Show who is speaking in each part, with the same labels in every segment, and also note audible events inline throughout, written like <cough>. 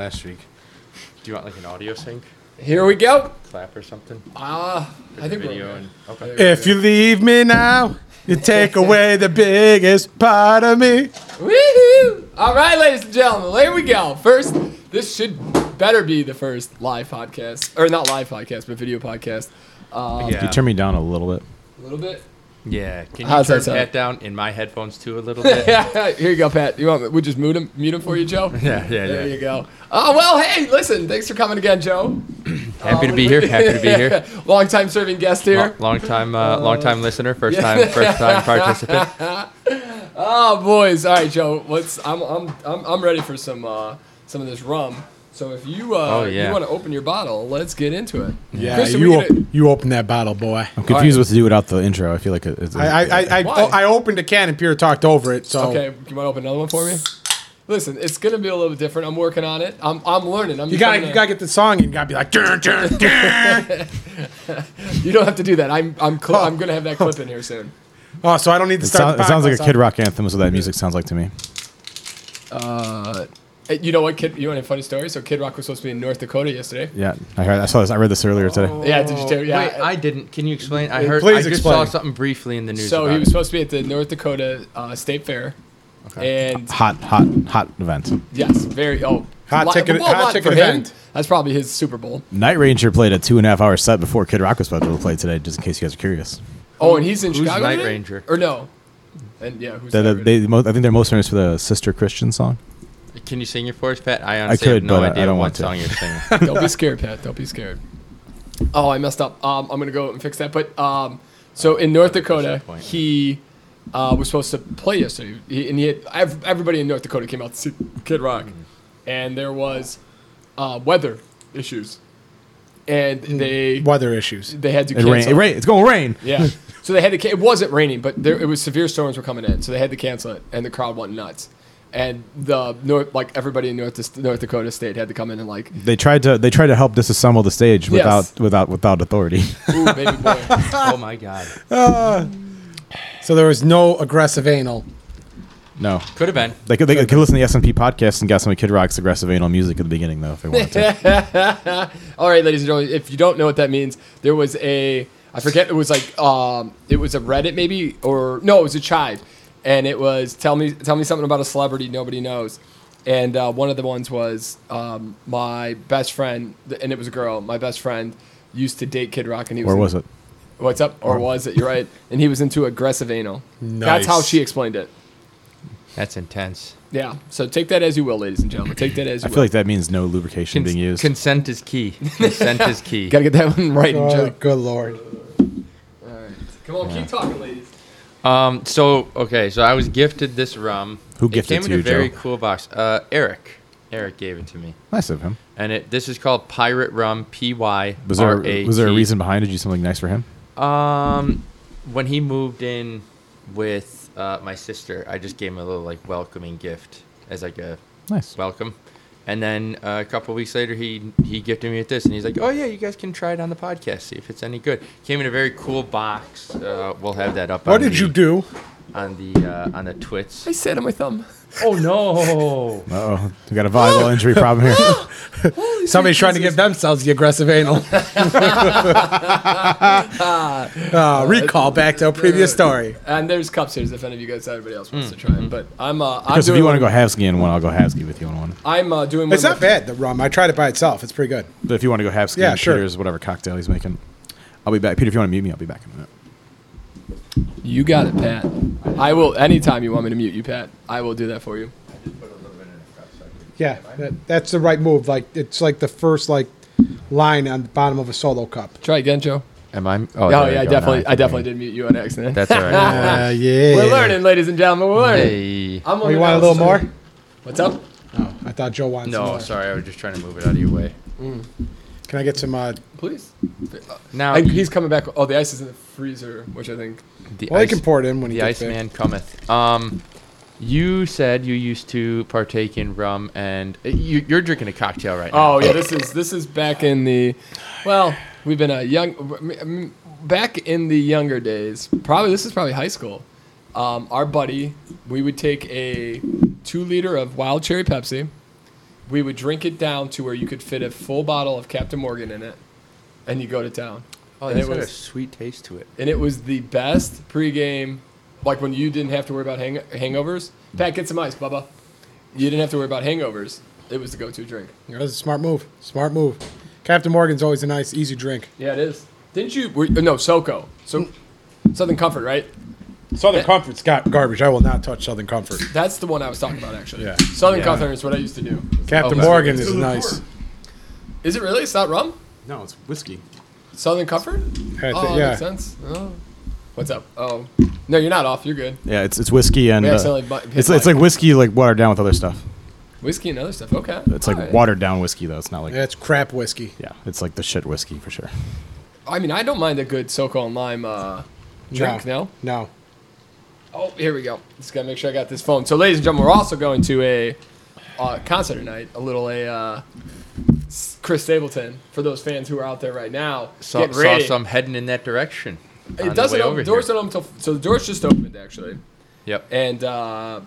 Speaker 1: last week. Do you want like an audio sync,
Speaker 2: Here we go.
Speaker 1: clap or something?
Speaker 2: Ah, I think we're
Speaker 1: Video
Speaker 2: good.
Speaker 1: and okay.
Speaker 3: If you leave me now, you
Speaker 4: <laughs>
Speaker 3: take away the biggest part of me.
Speaker 2: Woohoo! All right, ladies and gentlemen, there we go. First, this should better be the first live podcast, or not live podcast, but video podcast. Um,
Speaker 4: Oh,
Speaker 1: Yeah.
Speaker 3: You turn me down a little bit.
Speaker 2: A little bit.
Speaker 1: yeah. Can you
Speaker 2: How's
Speaker 1: turn
Speaker 2: that sound?
Speaker 1: that down in my headphones too a little bit?
Speaker 2: <laughs> Yeah, <laughs> here you go, Pat. You want me? We just mute him, mute him for you, Joe.
Speaker 1: <laughs> yeah, yeah,
Speaker 2: There
Speaker 1: yeah.
Speaker 2: you go. Oh well, hey, listen, thanks for coming again, Joe.
Speaker 1: Happy to be here. Happy to be here.
Speaker 2: Long time serving guest <laughs> here.
Speaker 1: Lo- Long time, uh, long time listener, first time, first time participant.
Speaker 2: Oh, boys! All right, Joe. Let's. I'm. I'm. I'm. I'm ready for some. Uh, some of this rum. So if you. Uh,
Speaker 1: Oh, yeah.
Speaker 2: You want to open your bottle? Let's get into it.
Speaker 3: Yeah,
Speaker 2: Christian,
Speaker 3: you
Speaker 2: we
Speaker 3: op-
Speaker 2: gonna-
Speaker 3: you open that bottle, boy.
Speaker 4: I'm
Speaker 2: Alright.
Speaker 4: confused what to do without the intro. I feel like it's.
Speaker 3: I I I, I,
Speaker 2: Why?
Speaker 3: oh, I opened a can and Peter talked over it. So
Speaker 2: Okay. You want to open another one for me? Listen, it's gonna be a little bit different. I'm working on it. I'm. I'm learning. I'm.
Speaker 3: you
Speaker 2: just
Speaker 3: gotta
Speaker 2: trying
Speaker 3: you
Speaker 2: to-
Speaker 3: gotta get the song and you gotta be like. Dun, dun,
Speaker 2: <laughs>
Speaker 3: dun.
Speaker 2: You don't have to do that. I'm. I'm. Cl- I'm gonna have that clip in here soon.
Speaker 3: oh, so I don't need to
Speaker 4: it,
Speaker 3: start.
Speaker 4: sound,
Speaker 3: the
Speaker 4: it sounds like a
Speaker 3: podcast
Speaker 4: Kid
Speaker 3: off.
Speaker 4: Rock anthem. Is what that music sounds like to me.
Speaker 2: Hey, You know what? Kid, you want a funny story? So Kid Rock was supposed to be in North Dakota yesterday.
Speaker 4: Yeah, I heard. I saw this. I read this earlier today.
Speaker 2: Yeah. Did you tell? Yeah.
Speaker 1: Wait, I didn't. Can you explain? I heard.
Speaker 3: Please
Speaker 1: I just
Speaker 3: explain.
Speaker 1: saw something briefly in the news.
Speaker 2: so
Speaker 1: about
Speaker 2: he was
Speaker 1: it.
Speaker 2: supposed to be at the North Dakota uh, State Fair. And
Speaker 4: Hot, hot, hot event.
Speaker 2: Yes, very. Oh,
Speaker 3: Hot
Speaker 2: li-
Speaker 3: ticket- hot
Speaker 2: not
Speaker 3: ticket
Speaker 2: for him.
Speaker 3: event.
Speaker 2: That's probably his Super Bowl.
Speaker 4: Night Ranger played a two and a half hour set before Kid Rock was scheduled to play today. Just in case you guys are curious,
Speaker 2: Oh, and he's in
Speaker 1: who's
Speaker 2: Chicago.
Speaker 1: Night
Speaker 2: today?
Speaker 1: Ranger?
Speaker 2: Or no? And yeah, who's
Speaker 4: They-
Speaker 2: Night
Speaker 4: they,
Speaker 2: Ranger?
Speaker 4: they mo- I think they're most famous for the Sister Christian song.
Speaker 1: Can you sing it for us, Pat? I honestly
Speaker 4: could,
Speaker 1: have no
Speaker 4: but I- I
Speaker 1: idea
Speaker 4: don't
Speaker 1: what
Speaker 4: want to.
Speaker 1: song you're singing.
Speaker 2: Don't be scared, Pat. Don't be scared. Oh, I messed up. Um, I'm gonna go and fix that. But
Speaker 1: Oh,
Speaker 2: um, so in North Dakota,
Speaker 1: disappointing.
Speaker 2: he uh, was supposed to play yesterday, he, and he had ev- everybody in North Dakota came out to see Kid Rock,
Speaker 1: Mm-hmm.
Speaker 2: and there was uh, weather issues, and
Speaker 3: Hmm.
Speaker 2: they
Speaker 3: Weather issues.
Speaker 2: they had to
Speaker 4: It
Speaker 2: cancel.
Speaker 4: rain. It rain. It's going to rain.
Speaker 2: Yeah. So they had to. Ca- it wasn't raining, but there it was severe storms were coming in, so they had to cancel it, and the crowd went nuts. And the north, like everybody in North North Dakota State, had to come in and like,
Speaker 4: They tried to. They tried to help disassemble the stage without without without authority. <laughs>
Speaker 2: <laughs> ooh, baby boy.
Speaker 1: oh my god.
Speaker 3: So there was no aggressive anal.
Speaker 4: no,
Speaker 1: Could have been.
Speaker 4: they could they could listen to the S and P podcast and got some of Kid Rock's aggressive anal music at the beginning though if they
Speaker 1: <laughs>
Speaker 4: wanted to.
Speaker 2: All right, ladies and gentlemen, if you don't know what that means, there was a I forget it was like um it was a Reddit maybe or no, it was a chive. And it was tell me tell me something about a celebrity nobody knows. And uh, one of the ones was um, my best friend, and it was a girl. My best friend used to date Kid Rock, and he was
Speaker 4: Where
Speaker 2: in-
Speaker 4: was it?
Speaker 2: What's up? Or was it? You're right. And he was into aggressive anal. That's how
Speaker 3: Nice.
Speaker 2: she explained it.
Speaker 1: That's intense.
Speaker 2: Yeah. So take that as you will, ladies and gentlemen. Take that as you
Speaker 4: I feel
Speaker 2: will.
Speaker 4: like that means no lubrication being used.
Speaker 1: Consent is key. Consent is key.
Speaker 2: Gotta get that one right,
Speaker 3: Oh,
Speaker 2: Joe.
Speaker 3: good lord.
Speaker 2: All right. Come on, keep talking, ladies.
Speaker 1: Um. So okay. So I was gifted this rum.
Speaker 4: Who gifted
Speaker 1: it
Speaker 4: it
Speaker 1: came in
Speaker 4: to
Speaker 1: a
Speaker 4: you,
Speaker 1: very
Speaker 4: Joe?
Speaker 1: cool box. Uh, Eric. Eric gave it to me,
Speaker 4: nice of him.
Speaker 1: and it. This is called Pirate Rum. P Y
Speaker 4: Was there
Speaker 1: R A.
Speaker 4: was there a reason behind it? Did you do something nice for him?
Speaker 1: Um, when he moved in with uh, my sister, I just gave him a little like welcoming gift as like a
Speaker 4: Nice.
Speaker 1: welcome. And then uh, a couple weeks later, he he gifted me with this, and he's like, "Oh yeah, you guys can try it on the podcast, see if it's any good." Came in a very cool box. Uh, we'll have that up.
Speaker 3: What
Speaker 1: on
Speaker 3: did
Speaker 1: the-
Speaker 3: you do?
Speaker 1: on the uh, on the twits?
Speaker 2: I sat on my thumb.
Speaker 1: Oh no!
Speaker 4: Uh oh, we got a volleyball injury problem here.
Speaker 3: Somebody's trying to give themselves the aggressive <laughs> anal. uh, recall back to a previous story.
Speaker 2: <laughs> And there's cups here if any of you guys, everybody else wants to try it. But I'm, uh, I'm
Speaker 4: Because if
Speaker 2: doing,
Speaker 4: you want to go Havsky in one, I'll go Havsky with you on one.
Speaker 2: I'm uh, doing.
Speaker 3: It's
Speaker 2: one
Speaker 3: not
Speaker 2: of my-
Speaker 3: bad. The rum. I tried it by itself. It's pretty good.
Speaker 4: But if you want to go Havsky,
Speaker 3: Yeah,
Speaker 4: in
Speaker 3: sure.
Speaker 4: Peter's whatever cocktail he's making, I'll be back. Peter, if you want to mute me, I'll be back in a minute.
Speaker 2: You got it, Pat. I will. Anytime you want me to mute you, Pat, I will do that for you.
Speaker 3: Yeah, that, that's the right move. Like it's like the first like line on the bottom of a solo cup. <laughs>
Speaker 2: Try again, Joe.
Speaker 1: Am I? Oh,
Speaker 2: Oh,
Speaker 1: there
Speaker 2: yeah, I
Speaker 1: you go. Now
Speaker 2: definitely, I
Speaker 1: can
Speaker 2: definitely
Speaker 1: hear
Speaker 2: did mute you on accident.
Speaker 1: you. That's all right.
Speaker 3: Uh, yeah.
Speaker 2: we're learning, ladies and gentlemen. We're
Speaker 1: <laughs>
Speaker 2: learning.
Speaker 1: Hey.
Speaker 2: I'm
Speaker 3: Oh,
Speaker 2: learning
Speaker 3: you want a
Speaker 2: all
Speaker 3: little
Speaker 2: the
Speaker 3: more?
Speaker 2: time. What's up?
Speaker 3: Oh, I thought Joe wanted. some
Speaker 1: No,
Speaker 3: more.
Speaker 1: sorry, I was just trying to move it out of your way.
Speaker 3: Can I get some? Uh,
Speaker 2: Please.
Speaker 1: Now
Speaker 2: And he's coming back. Oh, the ice is in the freezer, which I think.
Speaker 1: the
Speaker 3: well, I
Speaker 1: ice,
Speaker 3: can pour it in when he
Speaker 1: the
Speaker 3: gets
Speaker 1: ice
Speaker 3: back.
Speaker 1: man cometh. Um, you said you used to partake in rum, and uh, you, you're drinking a cocktail right now.
Speaker 2: Oh yeah, this is this is back in the, well, we've been a young, mm, back in the younger days. Probably this is probably high school. Um, our buddy, we would take a two liter of wild cherry Pepsi, we would drink it down to where you could fit a full bottle of Captain Morgan in it, and you go to town.
Speaker 1: Oh,
Speaker 2: and
Speaker 1: that's
Speaker 2: it
Speaker 1: got a
Speaker 2: was
Speaker 1: sweet taste to it.
Speaker 2: and it was the best pregame, like when you didn't have to worry about hang- hangovers. Pat, get some ice, Bubba. You didn't have to worry about hangovers. It was the go-to drink.
Speaker 3: That was a smart move. Smart move. Captain Morgan's always a nice, easy drink.
Speaker 2: Yeah, it is. Didn't you? Were, no, SoCo. So Southern Comfort, right?
Speaker 3: Southern Comfort's got garbage. I will not touch Southern Comfort.
Speaker 2: That's the one I was talking about, actually.
Speaker 3: Yeah.
Speaker 2: Southern
Speaker 1: Yeah.
Speaker 2: Comfort is what I used to do.
Speaker 3: Captain
Speaker 2: Oh,
Speaker 3: Morgan is nice.
Speaker 2: Is it really? It's not rum.
Speaker 4: No, it's whiskey.
Speaker 2: Southern Comfort.
Speaker 3: I
Speaker 2: Oh,
Speaker 3: thi-
Speaker 2: yeah.
Speaker 3: yeah.
Speaker 2: makes sense. Oh. What's up? Oh, no, you're not off. You're good.
Speaker 4: Yeah, it's it's whiskey and
Speaker 2: We
Speaker 4: uh,
Speaker 2: accidentally bu- hit
Speaker 4: it's it's
Speaker 2: like-
Speaker 4: like whiskey like watered down with other stuff.
Speaker 2: Whiskey and other stuff. Okay.
Speaker 4: It's like
Speaker 2: Alright.
Speaker 4: watered down whiskey though. It's not like yeah.
Speaker 3: That's crap whiskey.
Speaker 4: it's like the shit whiskey for sure.
Speaker 2: I mean, I don't mind a good SoCo and lime uh, drink. No.
Speaker 3: No.
Speaker 2: Oh, here we go. Just gotta make sure I got this phone. So, ladies and gentlemen, we're also going to a uh, concert tonight. A little a uh, s- Chris Stapleton for those fans who are out there right now.
Speaker 1: Saw,
Speaker 2: Get
Speaker 1: saw
Speaker 2: ready.
Speaker 1: some heading in that direction. on
Speaker 2: It
Speaker 1: the
Speaker 2: doesn't
Speaker 1: way
Speaker 2: open. Doors don't open till, so the doors just opened actually,
Speaker 1: Yep.
Speaker 2: and uh,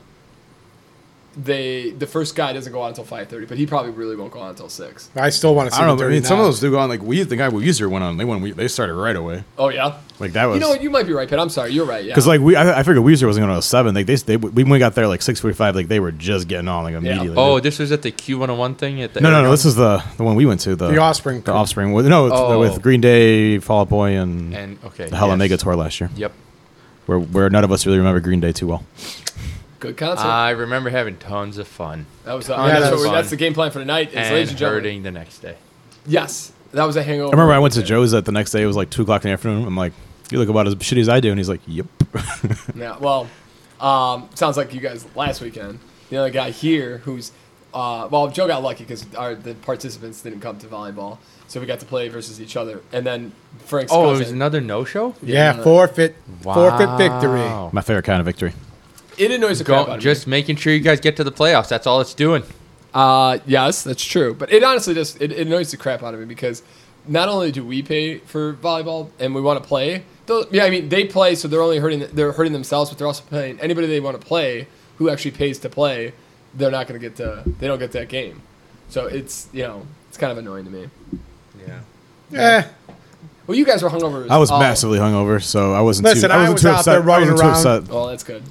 Speaker 2: they the first guy doesn't go on until five thirty, but he probably really won't go on until six.
Speaker 3: I still want to see
Speaker 4: I don't
Speaker 3: the
Speaker 4: know. I
Speaker 3: dirty
Speaker 4: mean, some of
Speaker 3: knob.
Speaker 4: those do go on like we the guy we user went on. They went we, they started right away.
Speaker 2: Oh yeah.
Speaker 4: Like that was
Speaker 2: You know what? You might be right, Pete. I'm sorry. You're right. Yeah.
Speaker 4: Because like we, I, I figured Weezer wasn't going to seven. Like they, they, when we got there like six forty five, like they were just getting on like immediately.
Speaker 1: Oh, this was at the Q101 thing at the.
Speaker 4: no, no, no.
Speaker 1: Aragon?
Speaker 4: This is the the one we went to. The,
Speaker 3: The Offspring
Speaker 4: The
Speaker 3: crew.
Speaker 4: offspring. With, no, it's the-
Speaker 1: Oh.
Speaker 4: with Green Day, Fall Out Boy, and,
Speaker 1: And okay.
Speaker 4: the Hell
Speaker 1: yes.
Speaker 4: Omega tour last year,
Speaker 1: Yep.
Speaker 4: where where none of us really remember Green Day too well.
Speaker 2: good concert.
Speaker 1: I remember having tons of fun
Speaker 2: that was uh,
Speaker 3: yeah, that
Speaker 2: that's, what
Speaker 3: was
Speaker 2: we're-
Speaker 1: fun.
Speaker 2: that's the game plan for tonight. Is,
Speaker 1: and
Speaker 2: ladies and gentlemen.
Speaker 1: hurting the next day.
Speaker 2: Yes, that was a hangover.
Speaker 4: I remember I went to Joe's that the next day. It was like two o'clock in the afternoon. I'm like, you look about as shitty as I do, and he's like, yep. <laughs>
Speaker 2: Yeah, well, um, sounds like you guys last weekend. The other guy here, who's uh, well, Joe got lucky because our the participants didn't come to volleyball, so we got to play versus each other. And then Frank's
Speaker 1: Oh, it was
Speaker 2: cousin, Uh,
Speaker 1: another no-show.
Speaker 3: Yeah,
Speaker 2: Yeah.
Speaker 3: forfeit. Forfeit
Speaker 1: Wow.
Speaker 3: victory.
Speaker 4: My favorite kind of victory.
Speaker 2: it annoys the crap out
Speaker 1: Go,
Speaker 2: of
Speaker 1: just making sure you guys get to the playoffs. That's all it's doing.
Speaker 2: me. Uh, yes, that's true, but it honestly just it, it annoys the crap out of me because not only do we pay for volleyball and we want to play, though, yeah, I mean they play, so they're only hurting they're hurting themselves, but they're also playing anybody they want to play who actually pays to play. They're not going to get to they don't get that game, so it's you know it's kind of annoying to me.
Speaker 3: Eh,
Speaker 1: Yeah.
Speaker 2: Well, you guys were hungover. as
Speaker 4: I was
Speaker 2: all.
Speaker 4: massively hungover, so I wasn't.
Speaker 3: Listen,
Speaker 4: too,
Speaker 3: I
Speaker 4: wasn't
Speaker 3: was
Speaker 4: too
Speaker 3: out
Speaker 4: upset.
Speaker 3: there running
Speaker 4: I wasn't too
Speaker 3: around.
Speaker 4: upset.
Speaker 2: Well, that's good,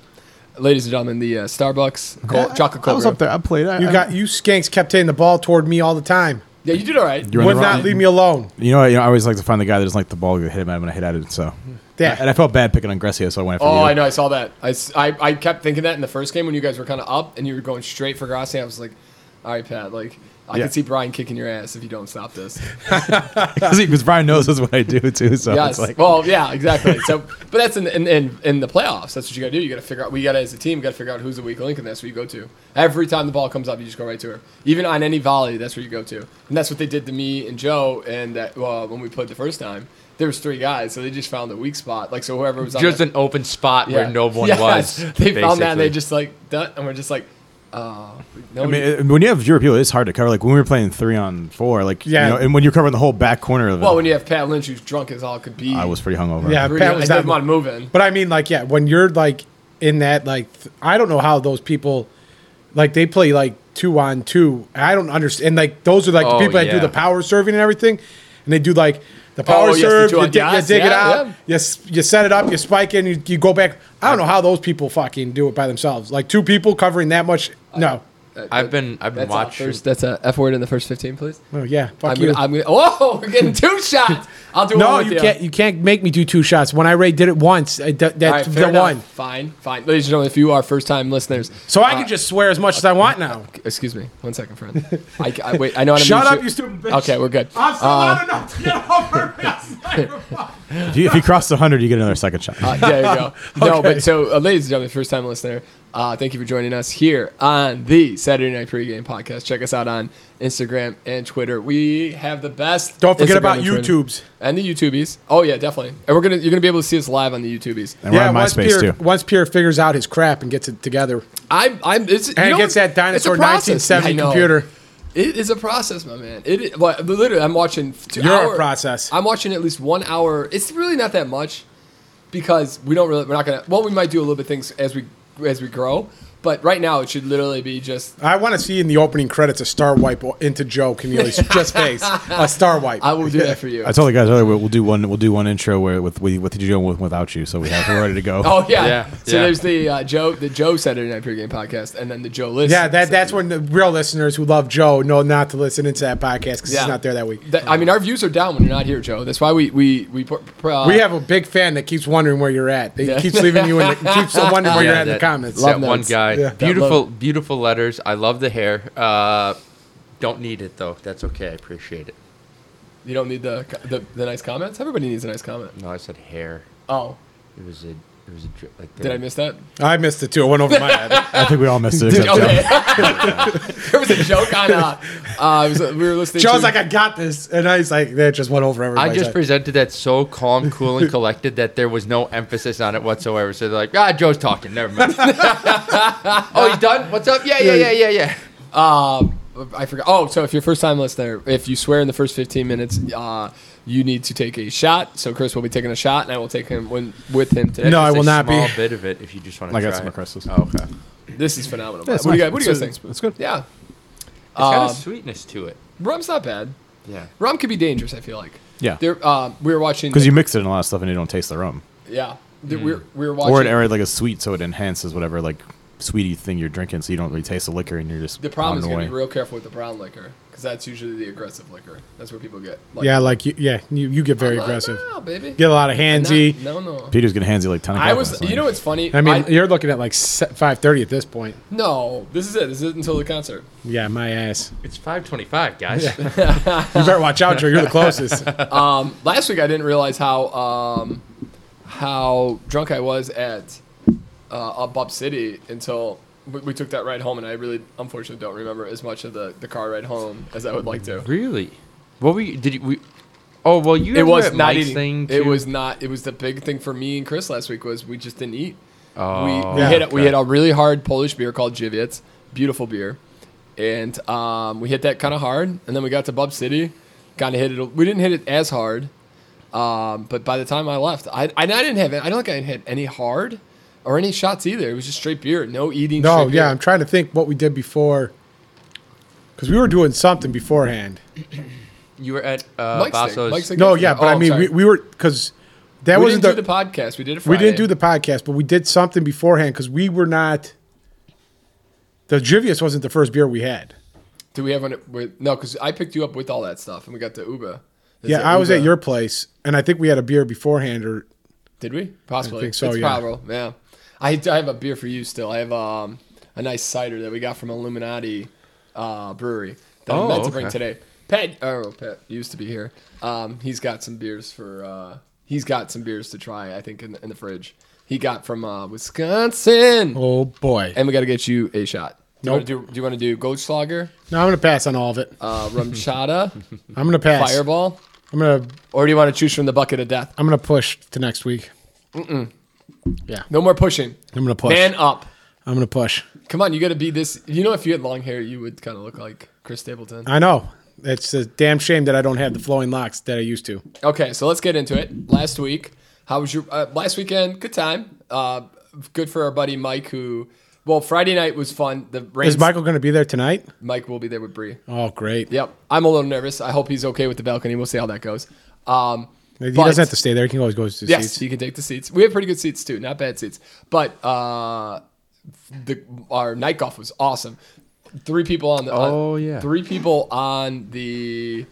Speaker 2: ladies and gentlemen. The uh, Starbucks cold,
Speaker 4: Yeah,
Speaker 2: chocolate
Speaker 4: I
Speaker 2: cold
Speaker 4: was
Speaker 2: brew.
Speaker 4: up there. I played. I,
Speaker 3: you
Speaker 4: I-
Speaker 3: got you skanks kept taking the ball toward me all the time.
Speaker 2: Yeah, you did all right.
Speaker 4: You were in
Speaker 3: Would
Speaker 4: the
Speaker 3: not
Speaker 4: wrong-
Speaker 3: leave me alone.
Speaker 4: You know, you know, I always like to find the guy that doesn't like the ball to hit him at when I hit at it. So,
Speaker 3: Yeah.
Speaker 4: and I felt bad picking on Grecia, so I went after
Speaker 2: Oh,
Speaker 4: you. <laughs>
Speaker 2: I know. I saw that. I, s- I- I kept thinking that in the first game when you guys were kind of up and you were going straight for Grassi. I was like, all right, Pat. Like, I
Speaker 4: Yeah.
Speaker 2: can see Brian kicking your ass if you don't stop this.
Speaker 4: because Brian knows that's what <laughs> I do too. So
Speaker 2: yes.
Speaker 4: it's like,
Speaker 2: well, yeah, exactly. So, <laughs> but that's in, in in in the playoffs. That's what you got to do. You got to figure out. We got to as a team got to figure out who's the weak link, and that's where you go to. Every time the ball comes up, you just go right to her. Even on any volley, that's where you go to, and that's what they did to me and Joe. And that, well, when we played the first time, there was three guys, so they just found the weak spot. Like so, whoever was on
Speaker 1: Just
Speaker 2: that-
Speaker 1: an open spot where no one
Speaker 2: <laughs> Yes,
Speaker 1: was.
Speaker 2: They found that
Speaker 1: basically.
Speaker 2: and they just like that, and we're just like, uh, no.
Speaker 4: I mean, it- when you have fewer people, it's hard to cover. Like when we were playing three on four, like
Speaker 3: Yeah.
Speaker 4: you know, and when you're covering the whole back corner of it,
Speaker 2: well, when you have Pat Lynch who's drunk as all could be,
Speaker 4: I was pretty hungover.
Speaker 3: Yeah.
Speaker 2: Three,
Speaker 3: Pat
Speaker 2: I
Speaker 3: was
Speaker 2: didn't
Speaker 3: not-
Speaker 2: want moving.
Speaker 3: But I mean, like, yeah, when you're like in that, like, th- I don't know how those people, like, they play like two on two. I don't understand. And like, those are like
Speaker 1: Oh,
Speaker 3: the people that
Speaker 1: yeah.
Speaker 3: do the power serving and everything, and they do like the power
Speaker 2: Oh, yes, the
Speaker 3: serve.
Speaker 2: two
Speaker 3: you,
Speaker 2: on-
Speaker 3: dig, you
Speaker 2: yes,
Speaker 3: dig it
Speaker 2: yeah,
Speaker 3: out.
Speaker 2: yeah.
Speaker 3: You s- you set it up. You spike it. And you, you go back. I don't know how those people fucking do it by themselves. Like two people covering that much. No.
Speaker 1: I've been I've been
Speaker 2: That's watching.
Speaker 1: watching.
Speaker 2: First, that's a F word in the first fifteen, please.
Speaker 3: Oh yeah. Fuck
Speaker 2: I'm
Speaker 3: you.
Speaker 2: gonna, I'm gonna. Oh, we're
Speaker 3: <laughs>
Speaker 2: getting two shots. I'll do
Speaker 3: no,
Speaker 2: one with
Speaker 3: you can't. You can't make me do two shots. When I Ray did it once, I, that,
Speaker 2: All right,
Speaker 3: that's
Speaker 2: fair
Speaker 3: the
Speaker 2: enough.
Speaker 3: one.
Speaker 2: Fine, fine, ladies and gentlemen. If you are first-time listeners,
Speaker 3: So
Speaker 2: Uh,
Speaker 3: I can just swear as much as I want now.
Speaker 2: excuse me, one second, friend. I, I wait. I know how to
Speaker 3: Shut
Speaker 2: mute
Speaker 3: up, you stupid bitch.
Speaker 2: Okay, we're good. Uh,
Speaker 3: I'm still loud enough to get <laughs> over this microphone.
Speaker 4: If you, if you cross the hundred, you get another second shot.
Speaker 2: Uh, there
Speaker 3: <laughs>
Speaker 2: you go. No, but so, uh, ladies and gentlemen, first time listener, uh, thank you for joining us here on the Saturday Night Pregame Podcast. Check us out on Instagram and Twitter. We have the best.
Speaker 3: Don't forget
Speaker 2: Instagram
Speaker 3: about
Speaker 2: and Twitter.
Speaker 3: YouTubes.
Speaker 2: and the YouTubies. Oh yeah, definitely. And we're gonna you're gonna be able to see us live on the YouTubies.
Speaker 4: and we're on
Speaker 3: once
Speaker 4: MySpace
Speaker 3: Pierre,
Speaker 4: too.
Speaker 3: Once Pierre figures out his crap and gets it together,
Speaker 2: I'm I'm it's, you
Speaker 3: and
Speaker 2: know,
Speaker 3: gets that
Speaker 2: it's a
Speaker 3: dinosaur
Speaker 2: process.
Speaker 3: 1970
Speaker 2: I know.
Speaker 3: computer.
Speaker 2: It is a process, my man. It is, well, literally, I'm watching. Two
Speaker 3: You're a
Speaker 2: hour-
Speaker 3: process.
Speaker 2: I'm watching at least one hour. It's really not that much because we don't really. We're not gonna. Well, we might do a little bit things as we as we grow, But right now, it should literally be just
Speaker 3: I want to see in the opening credits a star wipe o- into Joe
Speaker 2: <laughs>
Speaker 3: Camille's just face. A star wipe.
Speaker 2: I will do that for you.
Speaker 4: I told the guys earlier we'll, we'll do one. We'll do one intro where with with, with you and with, without you. So we have we're ready to go.
Speaker 2: <laughs> Oh yeah.
Speaker 1: Yeah,
Speaker 2: So
Speaker 1: yeah.
Speaker 2: there's the uh, Joe, the Joe Saturday Night Pregame podcast, and then the Joe List.
Speaker 3: yeah, that that's when the real listeners who love Joe know not to listen into that podcast because
Speaker 2: Yeah.
Speaker 3: it's not there that week.
Speaker 2: That- I mean, our views are down when you're not here, Joe. That's why we we we put- pr- uh,
Speaker 3: we have a big fan that keeps wondering where you're at. They
Speaker 2: Yeah.
Speaker 3: keeps leaving you in the,
Speaker 2: <laughs>
Speaker 3: keeps wondering where you're
Speaker 1: Yeah,
Speaker 3: at in the
Speaker 1: that-
Speaker 3: comments.
Speaker 1: That
Speaker 2: Love
Speaker 1: one
Speaker 2: notes.
Speaker 1: guy.
Speaker 3: Yeah.
Speaker 1: Beautiful, beautiful letters. I love the hair. Uh, don't need it though. That's okay. I appreciate it.
Speaker 2: You don't need the, the the nice comments. Everybody needs a nice comment.
Speaker 1: No, I said hair.
Speaker 2: Oh,
Speaker 1: It was a. It was a. dri- Like
Speaker 2: did I miss that?
Speaker 3: I missed it too. It went over my
Speaker 2: <laughs>
Speaker 3: head.
Speaker 4: I think we all missed it.
Speaker 2: Dude, oh,
Speaker 4: except
Speaker 2: okay.
Speaker 4: Joe.
Speaker 2: <laughs> there was a joke on. Uh, uh, it was, we were listening.
Speaker 3: Joe's
Speaker 2: to,
Speaker 3: like, I got this, and I was like, that just went over everybody's
Speaker 1: I just
Speaker 3: head.
Speaker 1: presented that so calm, cool,
Speaker 2: <laughs>
Speaker 1: and collected that there was no emphasis on it whatsoever. So they're like, ah, Joe's talking. Never
Speaker 2: <laughs>
Speaker 1: mind. oh, you done? What's up? Yeah, yeah, yeah, yeah, yeah.
Speaker 2: Uh, I forgot. Oh, so if you're a first time listener, if you swear in the first 15 minutes, uh, you need to take a shot. So Chris will be taking a shot, and I will take him when, with him today.
Speaker 3: No, I
Speaker 1: Just
Speaker 3: will
Speaker 1: a
Speaker 3: not be.
Speaker 1: Small bit of it, if you just want to.
Speaker 4: I
Speaker 1: try
Speaker 4: got some
Speaker 1: it.
Speaker 4: acrosses.
Speaker 1: Oh, okay. It's
Speaker 2: This is phenomenal.
Speaker 4: Yeah,
Speaker 2: what
Speaker 4: it's
Speaker 2: do you
Speaker 4: nice.
Speaker 2: guys? What do you guys
Speaker 4: It's-
Speaker 2: think?
Speaker 4: It's good.
Speaker 2: Yeah,
Speaker 1: got
Speaker 2: Um,
Speaker 1: a sweetness to it.
Speaker 2: rum's not bad.
Speaker 1: Yeah.
Speaker 2: Rum could be dangerous. I feel like.
Speaker 4: Yeah.
Speaker 2: There, um, we were watching.
Speaker 4: Because you mix it in a lot of stuff and you don't taste the rum,
Speaker 2: yeah, Th- we
Speaker 3: Mm.
Speaker 2: were, we were
Speaker 4: or it
Speaker 2: watching.
Speaker 4: added like a sweet, so it enhances whatever like sweetie thing you're drinking, so you don't really taste the liquor and you're just
Speaker 2: the problem is
Speaker 4: pounding
Speaker 2: gonna be
Speaker 4: away.
Speaker 2: real careful with the brown liquor because that's usually the aggressive liquor. That's where people get. Like,
Speaker 3: yeah, like you, yeah, you, you get very
Speaker 2: "Nah,
Speaker 3: aggressive.
Speaker 2: nah, baby.
Speaker 3: Get a lot of
Speaker 2: Nah,
Speaker 3: handsy.
Speaker 2: No, no.
Speaker 4: Peter's gonna hands you like ten.
Speaker 2: I
Speaker 4: o'clock
Speaker 2: was.
Speaker 4: last
Speaker 2: You
Speaker 4: night.
Speaker 2: know what's funny?
Speaker 3: I mean, you're looking at like five thirty at this point.
Speaker 2: no. This is it. This is it until the concert.
Speaker 3: Yeah, my ass.
Speaker 1: It's 5:25, guys.
Speaker 3: You better watch out, Joe.
Speaker 2: <laughs>
Speaker 3: You're the closest.
Speaker 2: Um, last week I didn't realize how um, how drunk I was at uh, up Up City until we, we took that ride home, and I really unfortunately don't remember as much of the, the car ride home as I would like to.
Speaker 1: <laughs> Really? What we did you, we? Oh well, you.
Speaker 2: It
Speaker 1: guys were
Speaker 2: was
Speaker 1: at
Speaker 2: not
Speaker 1: Mike's
Speaker 2: eating.
Speaker 1: Thing
Speaker 2: it
Speaker 1: too?
Speaker 2: was not. It was the big thing for me and Chris last week was we just didn't eat.
Speaker 1: Oh,
Speaker 2: we we
Speaker 3: Yeah.
Speaker 2: hit a- we
Speaker 1: okay.
Speaker 2: hit a really hard Polish beer called Jiviets, beautiful beer, and um, we hit that kind of hard, and then we got to Bub City, kind of hit it. a- We didn't hit it as hard, um, but by the time I left, I I, and I didn't have it. I don't think I hit any hard or any shots either. It was just straight beer, no eating.
Speaker 3: No,
Speaker 2: straight
Speaker 3: yeah,
Speaker 2: beer.
Speaker 3: I'm trying to think what we did before, because we were doing something beforehand.
Speaker 1: You were at uh,
Speaker 2: Mike's thing.
Speaker 1: Basso's.
Speaker 2: Mike's thing.
Speaker 3: No, yeah, but
Speaker 2: Oh,
Speaker 3: I
Speaker 2: I'm
Speaker 3: mean,
Speaker 2: sorry.
Speaker 3: we, we were because that
Speaker 2: we
Speaker 3: wasn't
Speaker 2: didn't
Speaker 3: the,
Speaker 2: do the podcast. We did it.
Speaker 3: we didn't
Speaker 2: Friday.
Speaker 3: do the podcast, but we did something beforehand because we were not. The Jivius wasn't the first beer we had.
Speaker 2: Do we have one? With, no, because I picked you up with all that stuff, and we got the Uber. Is
Speaker 3: yeah,
Speaker 2: it
Speaker 3: I was at
Speaker 2: Uber?
Speaker 3: your place, and I think we had a beer beforehand. Or
Speaker 2: Did we? Possibly.
Speaker 3: think so,
Speaker 2: It's
Speaker 3: yeah.
Speaker 2: probable, yeah. I, I have a beer for you still. I have um, a nice cider that we got from Illuminati uh, Brewery that I
Speaker 1: Oh,
Speaker 2: meant to bring
Speaker 1: okay.
Speaker 2: today. Pat, oh, Pat used to be here. Um, he's got some beers for. Uh, he's got some beers to try. I think in, in the fridge. He got from uh, Wisconsin,
Speaker 3: oh boy,
Speaker 2: and we got to get you a shot. Do
Speaker 3: Nope.
Speaker 2: you want to do? Do you want to do Goldschlager,
Speaker 3: no, I'm gonna pass on all of it. <laughs>
Speaker 2: uh, Rumchata,
Speaker 3: I'm gonna pass.
Speaker 2: Fireball,
Speaker 3: I'm gonna
Speaker 2: or do you want to choose from the bucket of death?
Speaker 3: I'm gonna push to next week.
Speaker 2: No more pushing.
Speaker 3: I'm gonna push.
Speaker 2: Man up.
Speaker 3: I'm gonna push.
Speaker 2: Come on, you got to be this. You know, if you had long hair, you would kind of look like Chris Stapleton.
Speaker 3: I know. It's a damn shame that I don't have the flowing locks that I used to.
Speaker 2: Okay, so let's get into it. Last week, how was your uh, last weekend? Good time. Uh, good for our buddy Mike, who. Well, Friday night was fun. The rain.
Speaker 3: Is Michael going to be there tonight?
Speaker 2: Mike will be there with Bree.
Speaker 3: Oh, great.
Speaker 2: Yep, I'm a little nervous. I hope he's okay with the balcony. We'll see how that goes. Um,
Speaker 3: He
Speaker 2: but-
Speaker 3: doesn't have to stay there. He can always go to the
Speaker 2: Yes,
Speaker 3: seats.
Speaker 2: you can take the seats. We have pretty good seats too, not bad seats. But uh, the our night golf was awesome. Three people on the on-
Speaker 1: Oh, yeah.
Speaker 2: three people on the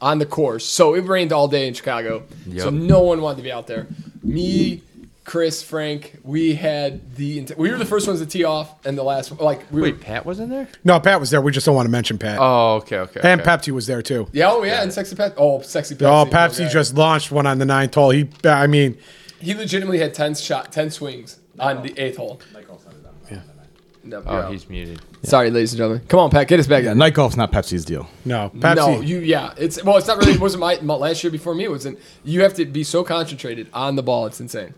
Speaker 2: on the course. So it rained all day in Chicago, so
Speaker 1: Yep.
Speaker 2: no one wanted to be out there. Me, Chris, Frank, we had the int- we were the first ones to tee off, and the last like we
Speaker 1: Wait,
Speaker 2: were,
Speaker 1: Pat wasn't there?
Speaker 3: No, Pat was there. We just don't want to mention Pat.
Speaker 1: Oh, okay, okay.
Speaker 3: and
Speaker 1: okay.
Speaker 3: Pepsi was there too.
Speaker 2: yeah oh yeah, and sexy Pepsi oh sexy Pepsi
Speaker 3: Oh, Pepsi
Speaker 2: okay.
Speaker 3: just launched one on the ninth hole. He, I mean,
Speaker 2: he legitimately had ten shot ten swings on the eighth hole. No,
Speaker 1: Oh,
Speaker 2: yeah.
Speaker 1: he's muted.
Speaker 2: Sorry, ladies and gentlemen. Come on, Pat, get us back
Speaker 4: yeah,
Speaker 2: in.
Speaker 4: night golf's not Pepsi's deal.
Speaker 3: no, Pepsi.
Speaker 2: No, you yeah. It's well, it's not really. It wasn't my, my last year before me. It wasn't. You have to be so concentrated on the ball. It's insane.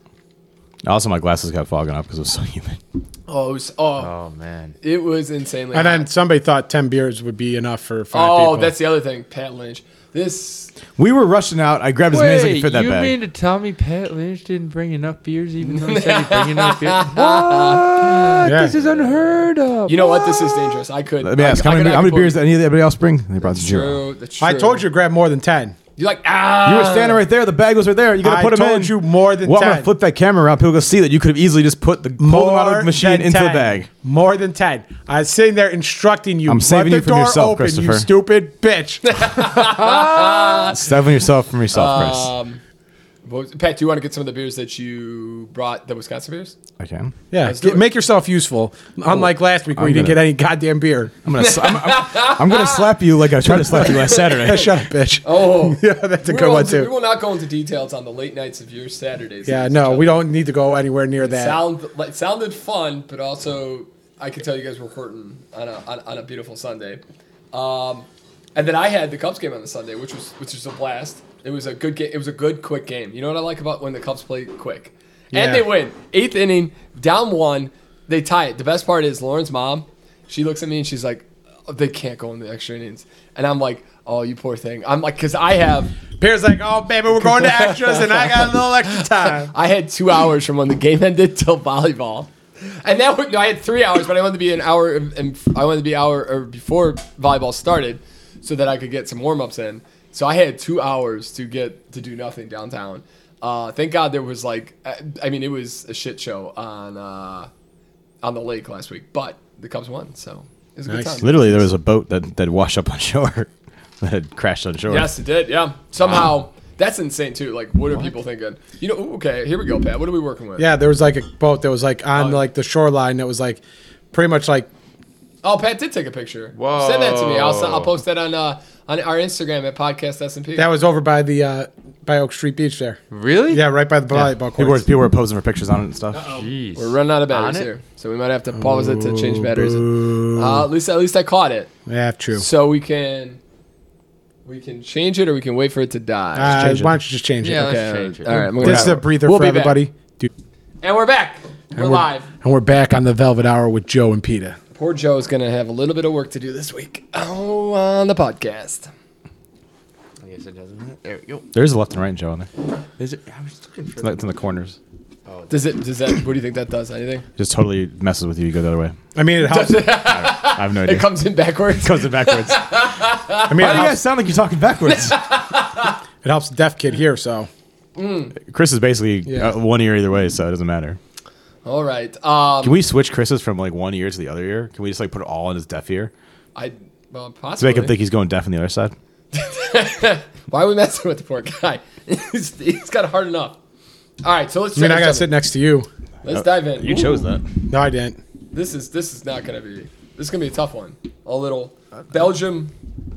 Speaker 4: Also, my glasses got fogging up because it was so <laughs> humid.
Speaker 2: Oh, it was, oh,
Speaker 1: Oh man.
Speaker 2: it was insanely.
Speaker 3: And then
Speaker 2: hot.
Speaker 3: somebody thought ten beers would be enough for five
Speaker 2: oh,
Speaker 3: people.
Speaker 2: that's the other thing, Pat Lynch. This
Speaker 4: We were rushing out. I grabbed as many as I could fit that
Speaker 1: you
Speaker 4: bag.
Speaker 1: mean to tell me Pat Lynch didn't bring enough beers, even though he said he'd bring enough beers? <laughs> What?
Speaker 3: Yeah.
Speaker 1: This is unheard of.
Speaker 2: You know what? This is dangerous. I could.
Speaker 4: Let me
Speaker 2: I,
Speaker 4: ask,
Speaker 2: I
Speaker 4: how many,
Speaker 2: could- I
Speaker 4: how
Speaker 2: could
Speaker 4: many
Speaker 2: put-
Speaker 4: beers did any of anybody else bring? They brought zero.
Speaker 2: True, that's
Speaker 3: I
Speaker 2: true.
Speaker 3: told you to grab more than ten.
Speaker 2: You're like ah.
Speaker 4: You were standing right there. The bag was right there. You could
Speaker 3: I
Speaker 4: have put them in.
Speaker 3: told you more than
Speaker 4: well, I'm
Speaker 3: 10.
Speaker 4: gonna flip that camera around. People go see that you could have easily just put the pulled them out of the machine
Speaker 3: than
Speaker 4: into the
Speaker 3: 10.
Speaker 4: bag.
Speaker 3: More than ten. I was sitting there instructing you.
Speaker 4: I'm
Speaker 3: "Let
Speaker 4: saving
Speaker 3: the
Speaker 4: you from
Speaker 3: door
Speaker 4: yourself,
Speaker 3: open,
Speaker 4: Christopher."
Speaker 3: You stupid bitch.
Speaker 4: Seven yourself from yourself, Chris.
Speaker 3: Um,
Speaker 2: What was- Pat, do you want to get some of the beers that you brought? The Wisconsin beers.
Speaker 4: okay. I'm
Speaker 3: yeah, <laughs>
Speaker 2: Let's do
Speaker 3: get-
Speaker 2: it.
Speaker 3: make yourself useful. Unlike last week where
Speaker 4: I'm
Speaker 3: you didn't
Speaker 4: gonna-
Speaker 3: get any goddamn <laughs> beer.
Speaker 4: gonna. s- I'm, I'm- I'm gonna slap you like I tried to slap you last Saturday.
Speaker 3: <laughs> Shut up, bitch.
Speaker 2: Oh,
Speaker 3: yeah, that's a
Speaker 2: we
Speaker 3: good
Speaker 2: will-
Speaker 3: one
Speaker 2: We
Speaker 3: too.
Speaker 2: will not go into details on the late nights of your Saturdays.
Speaker 3: Yeah,
Speaker 2: ladies and
Speaker 3: no, we
Speaker 2: gentlemen.
Speaker 3: don't need to go anywhere near that.
Speaker 2: Sound like, sounded fun, but also I could tell you guys were hurting on a on, on a beautiful Sunday. Um, and then I had the Cubs game on the Sunday, which was which was a blast. It was a good game. It was a good quick game. You know what I like about when the Cubs play quick,
Speaker 3: Yeah.
Speaker 2: and they win eighth inning, down one, they tie it. The best part is Lauren's mom. She looks at me and she's like, "Oh, "They can't go in the extra innings," and I'm like, "Oh, you poor thing." I'm like, "Cause I have."
Speaker 3: Pierre's like, oh baby, we're going to extras, and I got a little extra time.
Speaker 2: I had two hours from when the game ended till volleyball, and that would, no, I had three hours, but I wanted to be an hour. And I wanted to be hour or before volleyball started, so that I could get some warm ups in. So I had two hours to get to do nothing downtown. Uh, thank God there was like, I, I mean, it was a shit show on uh, on the lake last week, but the Cubs won, so it was a
Speaker 3: Nice.
Speaker 2: good time.
Speaker 4: Literally, there was a boat that that washed up on shore, <laughs> that had crashed on shore.
Speaker 2: Yes, it did. Yeah, somehow. That's insane too. Like, what are people thinking? You know, ooh, okay, here we go, Pat. What are we working with?
Speaker 3: <laughs> Yeah, there was like a boat that was like on like the shoreline that was like pretty much like
Speaker 2: Oh, Pat did take a picture. Send that to me. I'll,
Speaker 1: Whoa.
Speaker 2: I'll post that on uh, on our Instagram at podcast S&P.
Speaker 3: that was over by the uh by Oak Street Beach there.
Speaker 1: Really?
Speaker 3: Yeah, right by the
Speaker 4: Yeah.
Speaker 3: volleyball
Speaker 4: People were,
Speaker 3: court.
Speaker 4: people were posing for pictures on it and stuff.
Speaker 1: Jeez.
Speaker 2: We're running out of batteries
Speaker 1: On it?
Speaker 2: here, so we might have to pause it to change batteries. Uh, at least, at least I caught it,
Speaker 3: Yeah, true.
Speaker 2: so we can we can change it or we can wait for it to die.
Speaker 3: Uh, why
Speaker 4: change it.
Speaker 3: don't you just change
Speaker 1: Yeah,
Speaker 3: it?
Speaker 1: let's
Speaker 2: Okay,
Speaker 1: change it.
Speaker 2: all right, I'm gonna-
Speaker 3: This is a breather
Speaker 2: We'll
Speaker 3: for
Speaker 2: be back.
Speaker 3: everybody. Dude,
Speaker 2: And we're back. We're,
Speaker 3: we're-
Speaker 2: live.
Speaker 3: and we're back on the Velvet Hour with Joe and Peta.
Speaker 2: Poor Joe's gonna have a little bit of work to do this week. Oh, on the podcast.
Speaker 1: I guess it doesn't. There we go.
Speaker 4: There's a left and right, Joe, in there.
Speaker 1: Is it? I was looking for.
Speaker 4: It's in the- it's in the corners.
Speaker 2: Does it? Does that? What do you think that does? Anything?
Speaker 4: Just totally messes with you. You go the other way.
Speaker 3: I mean,
Speaker 2: <laughs>
Speaker 3: it helps.
Speaker 4: I have no idea.
Speaker 2: It comes in backwards.
Speaker 4: Goes in <laughs> backwards. Ah! Why
Speaker 3: I mean, it
Speaker 4: do you
Speaker 3: helps,
Speaker 4: guys sound like you're talking backwards?
Speaker 3: it helps the deaf kid here. So
Speaker 4: <laughs> Chris is basically uh, one ear either way, so it doesn't matter.
Speaker 2: All right. Um,
Speaker 4: Can we switch Chris's from like one ear to the other ear? Can we just like put it all in his deaf ear
Speaker 2: I well,
Speaker 4: to
Speaker 2: possibly.
Speaker 4: make him think he's going deaf on the other side?
Speaker 2: Why are we messing with the poor guy? <laughs> he's, he's got hard enough. All right, so let's.
Speaker 3: I mean,
Speaker 2: check
Speaker 3: I gotta
Speaker 2: something.
Speaker 3: sit next to you.
Speaker 2: Let's dive in. Ooh,
Speaker 4: that.
Speaker 3: No, I didn't.
Speaker 2: This is this is not gonna be. This is gonna be a tough one. A little Belgium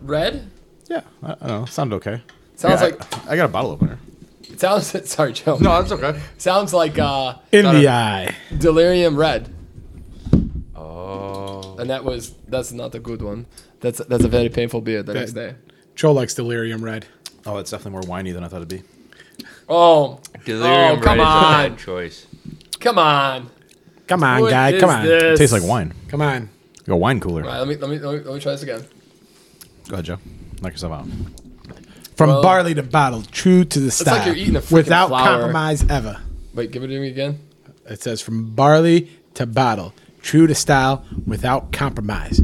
Speaker 2: red
Speaker 4: Yeah, I, I don't know. Sounded okay.
Speaker 2: sounds
Speaker 4: Yeah, I-
Speaker 2: like
Speaker 4: I, got a bottle opener.
Speaker 2: it sounds. <laughs> Sorry, Joe.
Speaker 1: No, that's okay.
Speaker 2: Sounds like uh,
Speaker 3: In
Speaker 1: Got
Speaker 3: the
Speaker 1: it.
Speaker 3: eye.
Speaker 2: delirium red,
Speaker 1: Oh.
Speaker 2: and that was that's not a good one. That's that's a very painful beer the next day.
Speaker 3: Joe likes delirium red.
Speaker 4: Oh, that's definitely more whiny than I thought it'd be.
Speaker 2: Oh,
Speaker 1: Delirium
Speaker 2: Oh, come
Speaker 1: Red is a
Speaker 2: on.
Speaker 1: bad choice.
Speaker 2: come on,
Speaker 3: Come on,
Speaker 2: What
Speaker 3: guy.
Speaker 2: is
Speaker 3: Come on.
Speaker 2: this?
Speaker 4: It tastes like wine.
Speaker 3: Come on.
Speaker 4: Like a wine cooler.
Speaker 2: All right, let me let me let me, let me try this again.
Speaker 4: Go ahead, Joe. Knock yourself out.
Speaker 3: From
Speaker 2: Well-
Speaker 3: barley to bottle, true to the style,
Speaker 2: like you're eating a freaking
Speaker 3: without
Speaker 2: flower.
Speaker 3: compromise ever.
Speaker 2: Wait, give it to me again.
Speaker 3: It says from barley to bottle, true to style, without compromise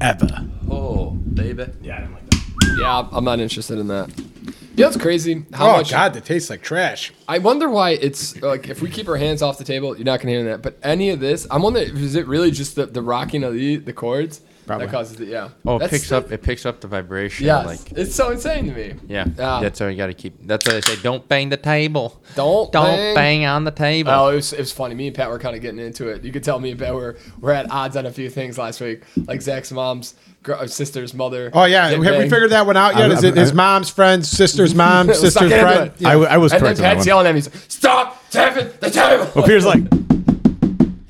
Speaker 3: ever.
Speaker 1: Oh, baby.
Speaker 4: Yeah, I didn't like that.
Speaker 2: Yeah, I'm not interested in that. You know what's crazy? How
Speaker 3: oh
Speaker 2: much?
Speaker 3: God, that tastes like trash.
Speaker 2: I wonder why it's like if we keep our hands off the table, you're not gonna hear that. But any of this, I'm wondering is it really just the, the rocking of the the chords
Speaker 4: Probably.
Speaker 2: that causes it? Yeah.
Speaker 1: Oh, it
Speaker 2: That's-
Speaker 1: picks up. It picks up the vibration.
Speaker 2: Yes,
Speaker 1: Like.
Speaker 2: it's so insane to me.
Speaker 1: Yeah,
Speaker 2: Yeah.
Speaker 1: that's how you got to keep. That's why they say don't bang the table.
Speaker 2: Don't
Speaker 1: don't
Speaker 2: bang-
Speaker 1: bang, Oh. on the table.
Speaker 2: Well, it was, it was funny. Me and Pat were kind of getting into it. You could tell me and Pat were, were at odds on a few things last week, like Zach's mom's gr- uh, sister's mother.
Speaker 3: Oh yeah, have
Speaker 2: get
Speaker 3: we
Speaker 2: banged.
Speaker 3: figured that one out yet?
Speaker 4: I-
Speaker 3: Is it
Speaker 4: I-
Speaker 3: his mom's friend, sister's mom,
Speaker 2: <laughs> Let's not
Speaker 3: sister's
Speaker 2: get into
Speaker 3: friend?
Speaker 2: it.
Speaker 4: I, w- I was
Speaker 2: And then
Speaker 4: correct on that
Speaker 2: Pat's
Speaker 4: one.
Speaker 2: yelling at me, he's like, "Stop tapping the table!"
Speaker 4: Well, Peter's like,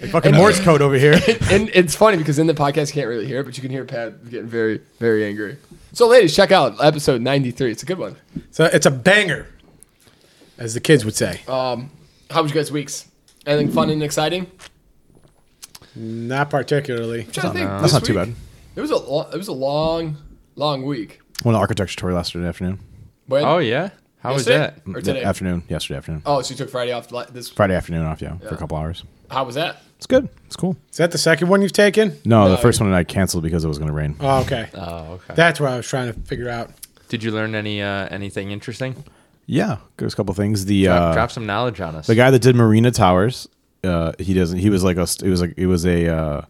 Speaker 4: like
Speaker 2: <laughs>
Speaker 4: fucking Morse code over <laughs> here.
Speaker 2: and it's funny because in the podcast you can't really hear it, but you can hear Pat getting very, very angry. So, ladies, check out episode ninety-three. It's a good one.
Speaker 3: So it's a banger, as the kids would say.
Speaker 2: Um, how was you guys' weeks? Anything fun and exciting?
Speaker 3: Not particularly.
Speaker 2: I'm trying to think
Speaker 4: no.
Speaker 2: this
Speaker 4: That's not too
Speaker 2: week-
Speaker 4: bad.
Speaker 2: It was a lo- it was a long, long week.
Speaker 4: Went to architecture tour last afternoon.
Speaker 2: When,
Speaker 1: Oh yeah, how was
Speaker 2: Yesterday?
Speaker 1: that?
Speaker 2: Or today?
Speaker 4: Afternoon, yesterday afternoon.
Speaker 2: Oh, so you took Friday off. li- This
Speaker 4: Friday afternoon off, yeah, for
Speaker 2: Yeah.
Speaker 4: a couple hours.
Speaker 2: how was that?
Speaker 4: It's good. It's cool.
Speaker 3: Is that the second one you've taken?
Speaker 4: No,
Speaker 2: No,
Speaker 4: the first one I canceled because it was going to rain.
Speaker 2: Uh.
Speaker 3: Oh, okay.
Speaker 1: Oh okay.
Speaker 3: That's what I was trying to figure out.
Speaker 1: Did you learn any uh, anything interesting?
Speaker 4: yeah, there's a couple things. The
Speaker 1: Drop,
Speaker 4: uh,
Speaker 1: drop some knowledge on us.
Speaker 4: the guy that did Marina Towers, uh, he doesn't. He was like a. st- It was like it was a. Uh,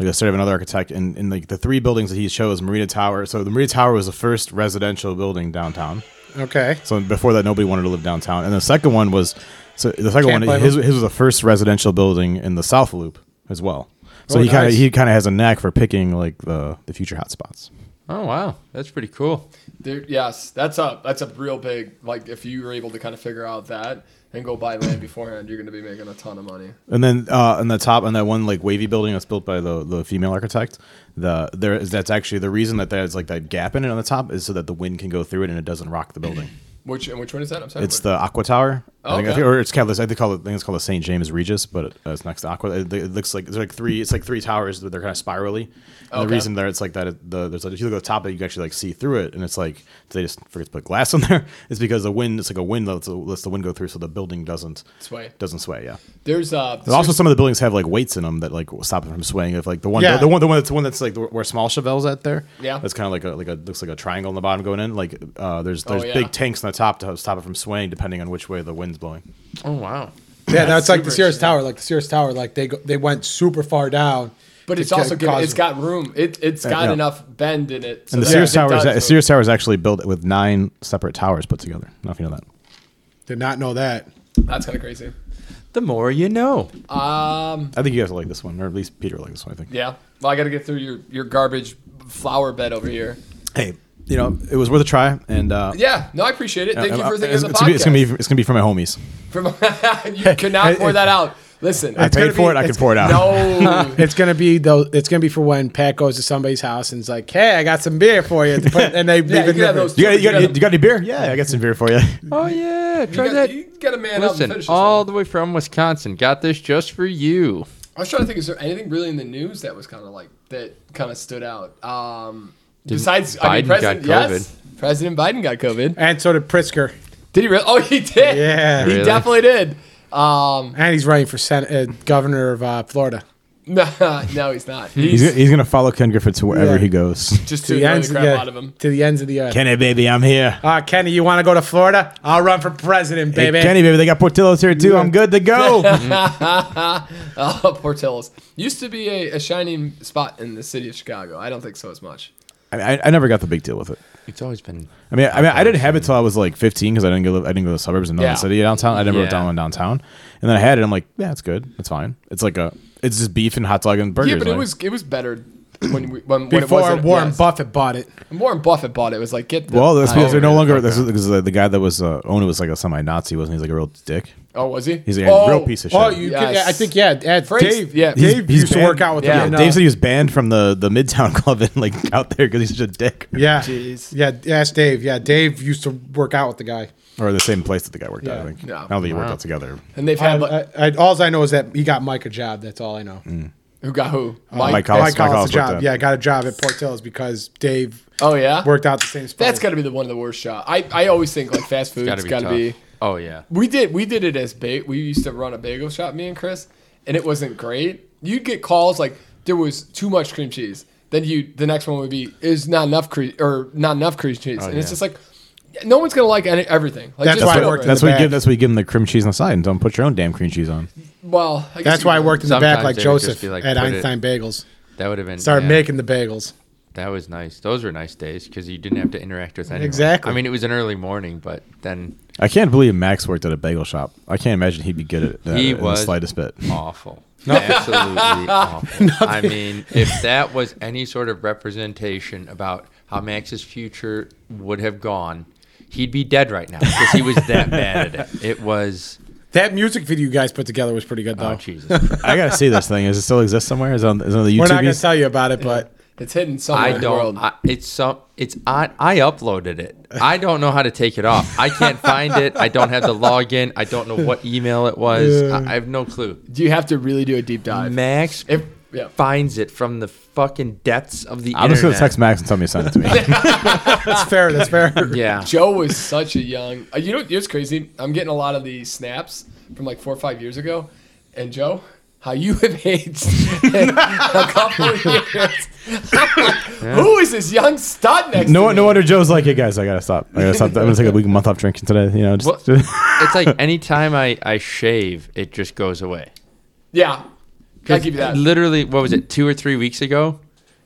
Speaker 4: like a sort of another architect, and, and like the three buildings that he chose, Marina Tower. So the Marina Tower was the first residential building downtown.
Speaker 3: Okay.
Speaker 4: So before that, nobody wanted to live downtown. And the second one was so the second
Speaker 3: Can't
Speaker 4: one
Speaker 3: blame
Speaker 4: his,
Speaker 3: him.
Speaker 4: his was the first residential building in the South Loop as well. So
Speaker 3: Oh,
Speaker 4: he kind of
Speaker 3: nice.
Speaker 4: he kind of has a knack for picking like the the future hotspots.
Speaker 1: oh wow, that's pretty cool.
Speaker 2: There, yes, that's up. That's a real big. Like if you were able to kind of figure out that and go buy land beforehand, you're going to be making a ton of money.
Speaker 4: And then uh, on the top, on that one like wavy building that's built by the the female architect, the there is that's actually the reason that there's like that gap in it on the top is so that the wind can go through it and it doesn't rock the building.
Speaker 2: Which and which one is that? I'm sorry.
Speaker 4: It's the Aqua Tower. I think, I
Speaker 2: Okay.
Speaker 4: think- or it's kind of this, I think, call it, I think it's called the St. James Regis, but it, uh, it's next to Aqua. It, it looks like there's like three. It's like three towers, but they're kind of spirally. And The
Speaker 2: Okay.
Speaker 4: reason there it's like that. it- The there's like, if you look at the top, you can actually like see through it, and it's like they just forget to put glass <laughs> on there. It's because the wind. It's like a wind that lets, lets the wind go through, so the building doesn't
Speaker 2: Sway.
Speaker 4: Doesn't sway. Yeah.
Speaker 2: there's uh.
Speaker 4: There's also some of the buildings have like weights in them that like will stop it from swaying. If like the one,
Speaker 3: Yeah.
Speaker 4: the, the one, the one that's the one that's like the, where small Chevelle's at there.
Speaker 2: Yeah.
Speaker 4: that's kind of like a like a looks like a triangle on the bottom going in. Like uh, there's
Speaker 2: Oh,
Speaker 4: there's
Speaker 2: yeah.
Speaker 4: big tanks on the top to stop it from swaying depending on which way the wind's blowing.
Speaker 1: Oh wow.
Speaker 3: Yeah, now it's like the
Speaker 2: super
Speaker 3: Sears
Speaker 2: interesting.
Speaker 3: Tower. Like the Sears Tower, like they go, they went super far down.
Speaker 2: but
Speaker 3: to
Speaker 2: it's also
Speaker 3: ca-
Speaker 2: given,
Speaker 3: cause-
Speaker 2: it's got room. It it's got
Speaker 4: yeah.
Speaker 2: enough bend in it. so
Speaker 4: and the
Speaker 2: that
Speaker 4: Sears
Speaker 2: it
Speaker 4: Tower
Speaker 2: does move.
Speaker 4: is Sears Tower is actually built with nine separate towers put together. I don't know if you know that.
Speaker 3: Did not know that.
Speaker 2: That's kind of crazy.
Speaker 1: The more you know.
Speaker 2: Um.
Speaker 4: I think you guys will like this one, or at least Peter will like this one. I think.
Speaker 2: Yeah. Well, I got to get through your your garbage flower bed over here.
Speaker 4: Hey, you know it was worth a try, and uh,
Speaker 2: Yeah. No, I appreciate it. Thank you
Speaker 4: uh,
Speaker 2: for thinking
Speaker 4: it's,
Speaker 2: of the
Speaker 4: it's gonna be, it's
Speaker 2: podcast.
Speaker 4: gonna be it's gonna be for my homies.
Speaker 2: From, <laughs> you cannot pour that out. Listen.
Speaker 4: I
Speaker 3: gonna
Speaker 4: paid for
Speaker 3: be-
Speaker 4: it. I can
Speaker 3: it's-
Speaker 4: pour it out. <laughs>
Speaker 2: No.
Speaker 3: It's gonna be though. It's gonna be for when Pat goes to somebody's house and is like, "Hey, I got some beer for you," to put- and they
Speaker 2: <laughs> Yeah,
Speaker 3: leave
Speaker 2: you
Speaker 3: it.
Speaker 2: can
Speaker 3: in
Speaker 2: have those.
Speaker 3: those.
Speaker 4: You got, you, got, you got any beer? Yeah, I got some beer for you.
Speaker 1: Oh yeah,
Speaker 2: You
Speaker 1: try
Speaker 2: got,
Speaker 1: that.
Speaker 2: you got a man up and
Speaker 1: Listen,
Speaker 2: finish this
Speaker 1: all the way from Wisconsin, got this just for you.
Speaker 2: I was trying to think, is there anything really in the news that was kind of like that kind of stood out? Um, besides, I mean,
Speaker 1: Biden
Speaker 2: President,
Speaker 1: got
Speaker 2: yes, President Biden got COVID.
Speaker 3: And so did Pritzker.
Speaker 2: Did he really? Oh, he did.
Speaker 3: Yeah,
Speaker 2: he
Speaker 1: Really?
Speaker 2: definitely did. Um,
Speaker 3: and he's running for sen- uh, governor of uh, Florida.
Speaker 2: no, <laughs> no, he's not. He's,
Speaker 4: He's, he's gonna follow Ken Griffith to wherever
Speaker 3: Yeah.
Speaker 4: he goes.
Speaker 2: just to annoy the crap
Speaker 3: yeah,
Speaker 2: out of him. <laughs>
Speaker 3: to the ends of the earth.
Speaker 4: Kenny, baby, I'm here.
Speaker 3: Ah, Kenny, you want to go to Florida? I'll run for president,
Speaker 4: Hey,
Speaker 3: baby.
Speaker 4: Kenny, baby, they got Portillo's here too. I'm good to go.
Speaker 2: Uh, Portillo's used to be a, a shining spot in the city of Chicago. I don't think so as much.
Speaker 4: I, I, I never got the big deal with it.
Speaker 1: It's always been
Speaker 4: I mean, I mean, I didn't have it till I was like 15 because I didn't go. I didn't go to the suburbs and not
Speaker 2: Yeah.
Speaker 4: the city downtown. I never
Speaker 1: Yeah.
Speaker 4: wrote down one downtown, and then I had it. I'm like, yeah, it's good. It's fine. It's like a. It's just beef and hot dog and burgers.
Speaker 2: Yeah, but it
Speaker 4: like-
Speaker 2: was it was better when we, when, when it
Speaker 3: Before
Speaker 2: wasn't-
Speaker 3: Warren
Speaker 2: yes.
Speaker 3: Buffett bought it.
Speaker 2: Warren Buffett bought it. It was like get the,
Speaker 4: Well, that's because
Speaker 2: Oh,
Speaker 4: they're no
Speaker 2: yeah.
Speaker 4: longer. This is because the, the guy that was uh, owned it was like a semi-Nazi, wasn't he? He's like a real dick.
Speaker 2: Oh, was he?
Speaker 4: He's like a
Speaker 2: oh,
Speaker 4: real piece of shit.
Speaker 3: Oh, you?
Speaker 2: Yes.
Speaker 3: Can, I think yeah. At
Speaker 2: Frank's-
Speaker 3: Dave,
Speaker 2: yeah.
Speaker 3: Dave
Speaker 4: He's- he's
Speaker 3: used to
Speaker 4: banned-
Speaker 3: work out with
Speaker 2: Yeah.
Speaker 3: him.
Speaker 4: Yeah,
Speaker 3: in, uh,
Speaker 4: Dave said he was banned from the the Midtown <laughs> Club and like out there because he's such a dick.
Speaker 3: Yeah.
Speaker 2: Jeez.
Speaker 3: Yeah. Ask Dave. Yeah. Dave used to work out with the guy.
Speaker 4: Or the same place that the guy worked at.
Speaker 3: Yeah.
Speaker 4: I think.
Speaker 2: Yeah.
Speaker 4: I don't think they worked out together.
Speaker 2: And they've
Speaker 3: I,
Speaker 2: had like,
Speaker 3: Uh, I, I, all I know is that he got Mike a job. That's all I know.
Speaker 2: who got who?
Speaker 4: Mike
Speaker 3: Mike,
Speaker 4: Collins-
Speaker 3: Collins
Speaker 4: Mike Collins
Speaker 3: a
Speaker 4: worked
Speaker 3: job.
Speaker 4: at-
Speaker 3: Yeah, got a job at Portillo's because Dave
Speaker 2: Oh yeah,
Speaker 3: worked out the same spot.
Speaker 2: that's got to be the one of the worst shots. I, I always think like fast food's got
Speaker 1: gotta
Speaker 2: to
Speaker 1: be
Speaker 2: be,
Speaker 1: tough. Oh yeah.
Speaker 2: We did we did it as bait. We used to run a bagel shop, me and Chris, and it wasn't great. You'd get calls like there was too much cream cheese. Then you the next one would be is not enough cream or not enough cream cheese, and
Speaker 1: yeah.
Speaker 2: it's just like no one's gonna like any, everything. Like,
Speaker 3: Oh, That's
Speaker 2: just
Speaker 3: why I
Speaker 2: get over
Speaker 3: worked
Speaker 2: it.
Speaker 3: in
Speaker 4: That's
Speaker 3: the
Speaker 4: what you
Speaker 3: back.
Speaker 4: give. That's what you give them the cream cheese on the side, and don't put your own damn cream cheese on.
Speaker 2: Well, I guess
Speaker 3: That's
Speaker 2: you
Speaker 3: why I
Speaker 2: could.
Speaker 3: worked in the back
Speaker 1: Sometimes
Speaker 3: like
Speaker 1: they would just
Speaker 3: Joseph
Speaker 1: be like,
Speaker 3: at
Speaker 1: put it-
Speaker 3: Einstein Bagels.
Speaker 1: That would have been
Speaker 3: Started
Speaker 1: yeah.
Speaker 3: making the bagels.
Speaker 1: That was nice. Those were nice days because you didn't have to interact with anyone.
Speaker 3: Exactly.
Speaker 1: I mean, it was an early morning, but then
Speaker 4: I can't believe Max worked at a bagel shop. I can't imagine he'd be good at that
Speaker 1: He
Speaker 4: in
Speaker 1: was.
Speaker 4: the slightest bit.
Speaker 1: awful. Absolutely awful. I mean, if that was any sort of representation about how Max's future would have gone, he'd be dead right now because he was that bad at it. It was
Speaker 3: That music video you guys put together was pretty good
Speaker 1: oh
Speaker 3: though.
Speaker 1: Jesus.
Speaker 4: I gotta see this thing. Does it still exist somewhere? Is it on, is it on the
Speaker 3: We're not gonna
Speaker 4: YouTube?
Speaker 3: tell you about it, but
Speaker 2: It's hidden somewhere
Speaker 1: I
Speaker 2: in the world.
Speaker 1: don't. I, it's some. It's on. I uploaded it. I don't know how to take it off. I can't find it. I don't have the login. I don't know what email it was. I, I have no clue.
Speaker 2: Do you have to really do a deep dive?
Speaker 1: Max
Speaker 2: If- Yeah.
Speaker 1: finds it from the fucking depths of the
Speaker 4: I'm just gonna
Speaker 1: internet.
Speaker 4: text Max and tell me to send it to me.
Speaker 3: That's fair. That's fair. <laughs>
Speaker 1: Yeah.
Speaker 2: Joe was such a young. uh, You know, it's crazy. I'm getting a lot of these snaps from like four or five years ago, and Joe, how you have aged in a couple of years. Who is this young stud next?
Speaker 4: <laughs> no,
Speaker 2: to
Speaker 4: no
Speaker 2: me?
Speaker 4: wonder Joe's like, hey guys, I gotta stop. I gotta stop. I'm gonna take a week, month off drinking today. You know, just,
Speaker 1: Well, it's like anytime I, I shave, it just goes away.
Speaker 2: Yeah, I give you that.
Speaker 1: Literally, what was it, two or three weeks ago?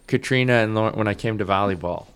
Speaker 1: Katrina and Lauren, when I came to volleyball,